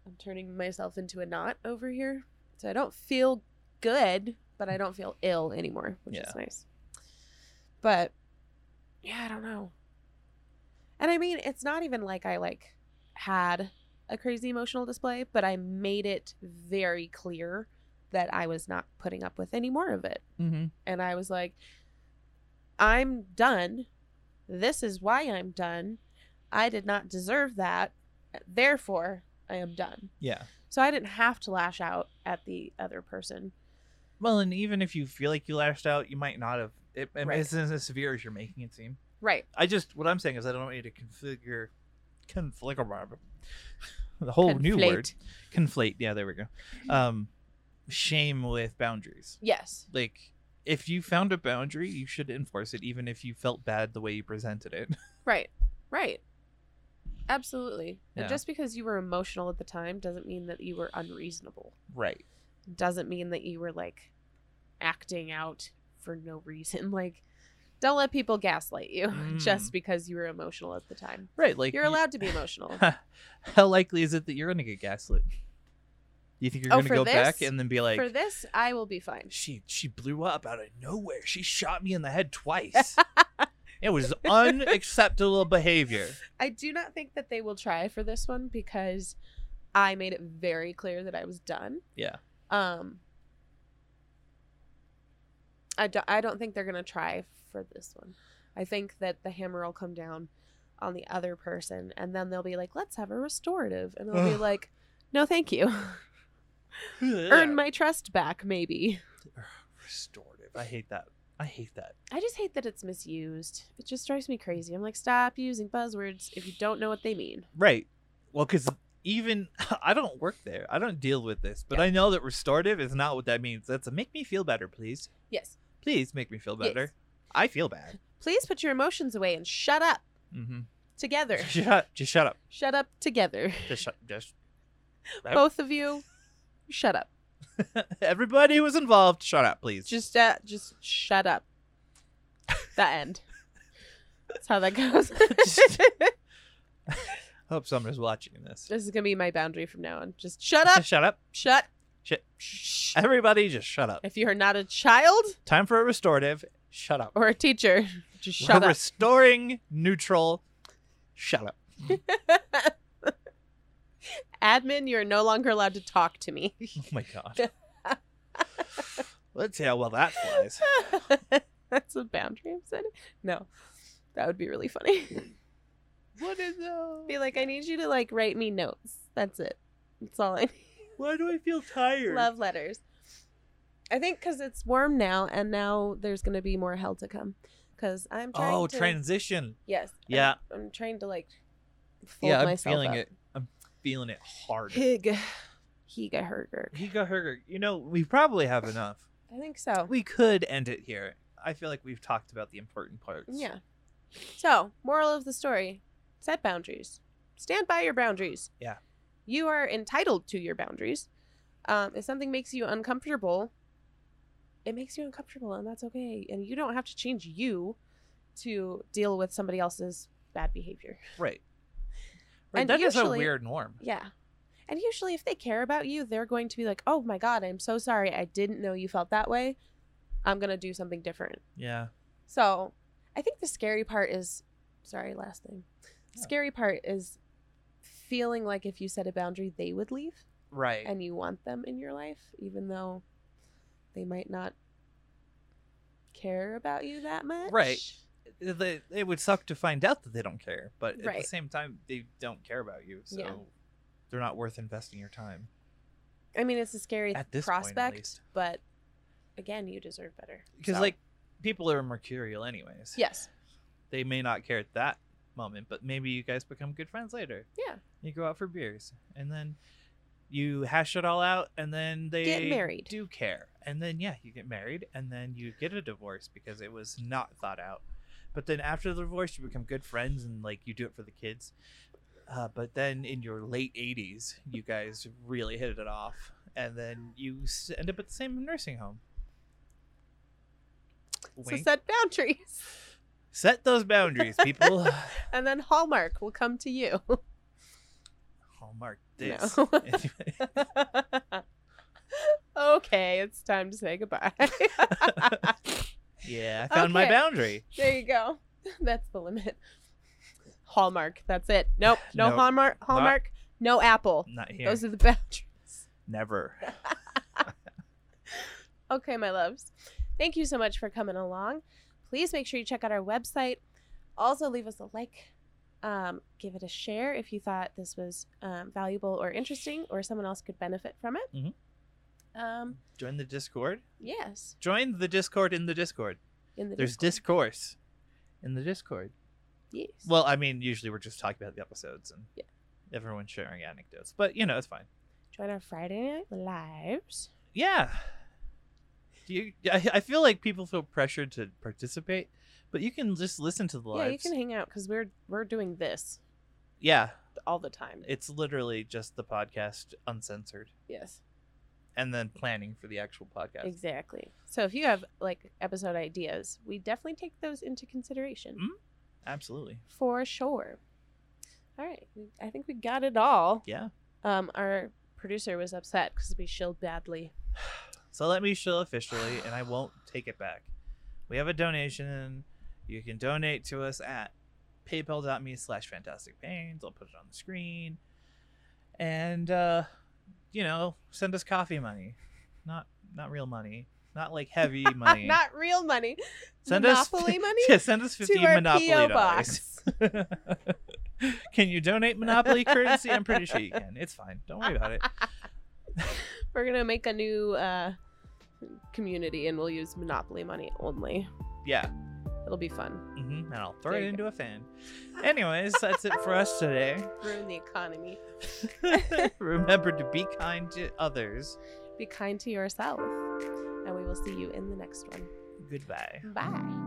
S1: I'm turning myself into a knot over here. So I don't feel good, but I don't feel ill anymore, which
S2: Yeah.
S1: is nice. But yeah, I don't know. And I mean, it's not even like I like had a crazy emotional display, but I made it very clear that I was not putting up with any more of it
S2: Mm-hmm.
S1: and I was like, I'm done. This is why I'm done. I did not deserve that. Therefore, I am done.
S2: Yeah.
S1: So I didn't have to lash out at the other person.
S2: Well, and even if you feel like you lashed out, you might not have. It, it
S1: Right.
S2: isn't as severe as you're making it seem.
S1: Right.
S2: I just, what I'm saying is, I don't want you to configure, configure, [laughs] the whole Oh, new word, conflate. Yeah, there we go. Um, shame with boundaries.
S1: Yes.
S2: like if you found a boundary you should enforce it even if you felt bad the way you presented it [laughs]
S1: Right. Right. Absolutely. And
S2: Yeah.
S1: just because you were emotional at the time doesn't mean that you were unreasonable.
S2: right
S1: Doesn't mean that you were like acting out for no reason. [laughs] Like, don't let people gaslight you [laughs]
S2: Mm.
S1: just because you were emotional at the time.
S2: right like
S1: You're
S2: you-
S1: allowed to be
S2: [laughs]
S1: emotional.
S2: how likely is it that you're gonna get gaslit you think you're
S1: Oh,
S2: gonna
S1: for
S2: go back
S1: this?
S2: and then be like
S1: For this, I will be fine.
S2: she she blew up out of nowhere she shot me in the head twice
S1: [laughs]
S2: it was unacceptable behavior
S1: I do not think that they will try for this one because I made it very clear that I was done.
S2: Yeah.
S1: Um I do, I don't think they're going to try for this one. I think that the hammer will come down on the other person and then they'll be like, "Let's have a restorative." And they'll be
S2: Ugh.
S1: like, "No, thank
S2: [laughs]
S1: you. Earn my trust back maybe."
S2: [sighs] restorative i hate that i hate that
S1: I just hate that it's misused. It just drives me crazy. I'm like, "Stop using buzzwords if you don't know what they mean."
S2: Right. Well, because even [laughs] I don't work there. I don't deal with this, but I know that restorative is not what that means. That's a make me feel better, please.
S1: Yes.
S2: Please make me feel
S1: Yes.
S2: better. I feel bad.
S1: Please put your emotions away and shut up
S2: Mm-hmm. [laughs]
S1: together.
S2: Shut, just shut up.
S1: shut up together.
S2: Just shut. Just [laughs] Yep.
S1: Both of you, shut up.
S2: everybody who was involved, shut up, please.
S1: Just uh, just shut up.
S2: [laughs]
S1: That end. That's how that goes.
S2: Just- Hope someone's watching this.
S1: [laughs] This is gonna be my boundary from now on. Just shut
S2: [laughs]
S1: up.
S2: Shut up.
S1: Shut.
S2: Shut.
S1: Shh.
S2: Everybody just shut up.
S1: If you are not a child
S2: Time for a restorative. Shut up.
S1: or a teacher, just [laughs] shut
S2: We're
S1: up.
S2: restoring neutral. Shut up. [laughs]
S1: Admin, you're no longer allowed to talk to me. [laughs]
S2: Oh my god. Let's see how well
S1: [laughs]
S2: that flies.
S1: That's a boundary I'm setting. No, that would be really funny. [laughs]
S2: What is
S1: be
S2: uh,
S1: like, I need you to like write me notes. That's it. That's all I need.
S2: Why do I feel tired?
S1: Love letters. I think because it's warm now, and now there's gonna be more hell to come. Because I'm trying
S2: oh,
S1: to.
S2: transition.
S1: Yes. I'm-
S2: Yeah.
S1: I'm, trying to like. Fold
S2: Yeah, I'm
S1: myself
S2: feeling
S1: up.
S2: it. I'm feeling it hard.
S1: Hig. Higaherger.
S2: Higa Herger, you know, we probably have enough.
S1: I think so.
S2: We could end it here. I feel like we've talked about the important parts.
S1: Yeah. So, moral of the story set boundaries. Stand by your boundaries.
S2: Yeah.
S1: You are entitled to your boundaries. Um, if something makes you uncomfortable, it makes you uncomfortable, and that's okay. And you don't have to change you to deal with somebody else's bad behavior.
S2: Right. Right.
S1: And
S2: that is a
S1: usually-
S2: weird norm.
S1: Yeah. And usually, if they care about you, they're going to be like, oh my God, I'm so sorry. I didn't know you felt that way. I'm going to do something different.
S2: Yeah.
S1: So I think the scary part is sorry, last thing.
S2: Yeah.
S1: Scary part is feeling like if you set a boundary, they would leave
S2: Right.
S1: and you want them in your life, even though they might not care about you that much.
S2: Right. the, it would suck to find out that they don't care, but at
S1: Right.
S2: the same time, they don't care about you, so
S1: Yeah.
S2: they're not worth investing your time.
S1: I mean, it's a scary
S2: At this point, at
S1: prospect,
S2: least.
S1: but again, you deserve better.
S2: Because
S1: So,
S2: like people are mercurial, anyways.
S1: yes,
S2: They may not care at that moment, but maybe you guys become good friends later.
S1: Yeah.
S2: You go out for beers, and then you hash it all out, and then they
S1: married.
S2: Do care, and then yeah, you get married, and then you get a divorce because it was not thought out. But then after the divorce, you become good friends, and like you do it for the kids. Uh, but then in your late 80s, you guys really hit it off, and then you s- end up at the same nursing home.
S1: so
S2: Wink.
S1: set boundaries, [laughs]
S2: Set those boundaries, people. [laughs]
S1: and then Hallmark will come to you. [laughs]
S2: Hallmark this.
S1: No.
S2: Anyway.
S1: okay, it's time to say goodbye. [laughs]
S2: yeah, I found my
S1: Okay.
S2: boundary.
S1: there you go. That's the limit. Hallmark. That's it. Nope. No,
S2: No,
S1: Hallmark. Hallmark. No Apple.
S2: Not here.
S1: Those are the boundaries.
S2: Never.
S1: [laughs] Okay, my loves. Thank you so much for coming along. Please make sure you check out our website. Also, leave us a like. Um, give it a share if you thought this was um, valuable or interesting, or someone else could benefit from it.
S2: Mhm.
S1: Um,
S2: Join the Discord.
S1: yes.
S2: Join the Discord in the Discord.
S1: In the
S2: There's
S1: Discord.
S2: discourse in the Discord.
S1: Yes.
S2: Well, I mean, usually we're just talking about the episodes and
S1: Yeah.
S2: everyone's sharing anecdotes, but you know, it's fine.
S1: Join our Friday night lives.
S2: Yeah. Do you, I, I feel like people feel pressured to participate, but you can just listen to the
S1: Yeah,
S2: lives.
S1: you can hang out because we're we're doing this
S2: yeah,
S1: all the time.
S2: it's literally just the podcast uncensored.
S1: yes,
S2: and then planning for the actual podcast.
S1: exactly. So if you have like episode ideas, we definitely take those into consideration
S2: Mm. Absolutely.
S1: for sure. All right, we- I think we got it all.
S2: Yeah.
S1: Um, our producer was upset because we shilled badly. [laughs]
S2: So let me show officially, and I won't take it back. We have a donation. You can donate to us at paypal.me slash fantastic pains. I'll put it on the screen. And uh, you know, send us coffee money. Not not real money. Not like heavy
S1: [laughs]
S2: money.
S1: Not real money.
S2: send
S1: Monopoly
S2: [laughs] us,
S1: money
S2: Yeah, send us
S1: to
S2: fifteen
S1: our
S2: Monopoly
S1: PO
S2: dollars.
S1: box. [laughs]
S2: [laughs] can you donate Monopoly currency? I'm pretty sure you can. It's fine. Don't worry about it.
S1: We're gonna make a new uh, community, and we'll use Monopoly money only.
S2: Yeah.
S1: It'll be fun.
S2: Mm-hmm, and I'll throw
S1: There
S2: it
S1: you
S2: into a fan. Anyways, that's it for
S1: [laughs]
S2: us today. [laughs]
S1: Ruin the economy.
S2: Remember to be kind to others.
S1: Be kind to yourself, and we will see you in the next one.
S2: Goodbye.
S1: Bye.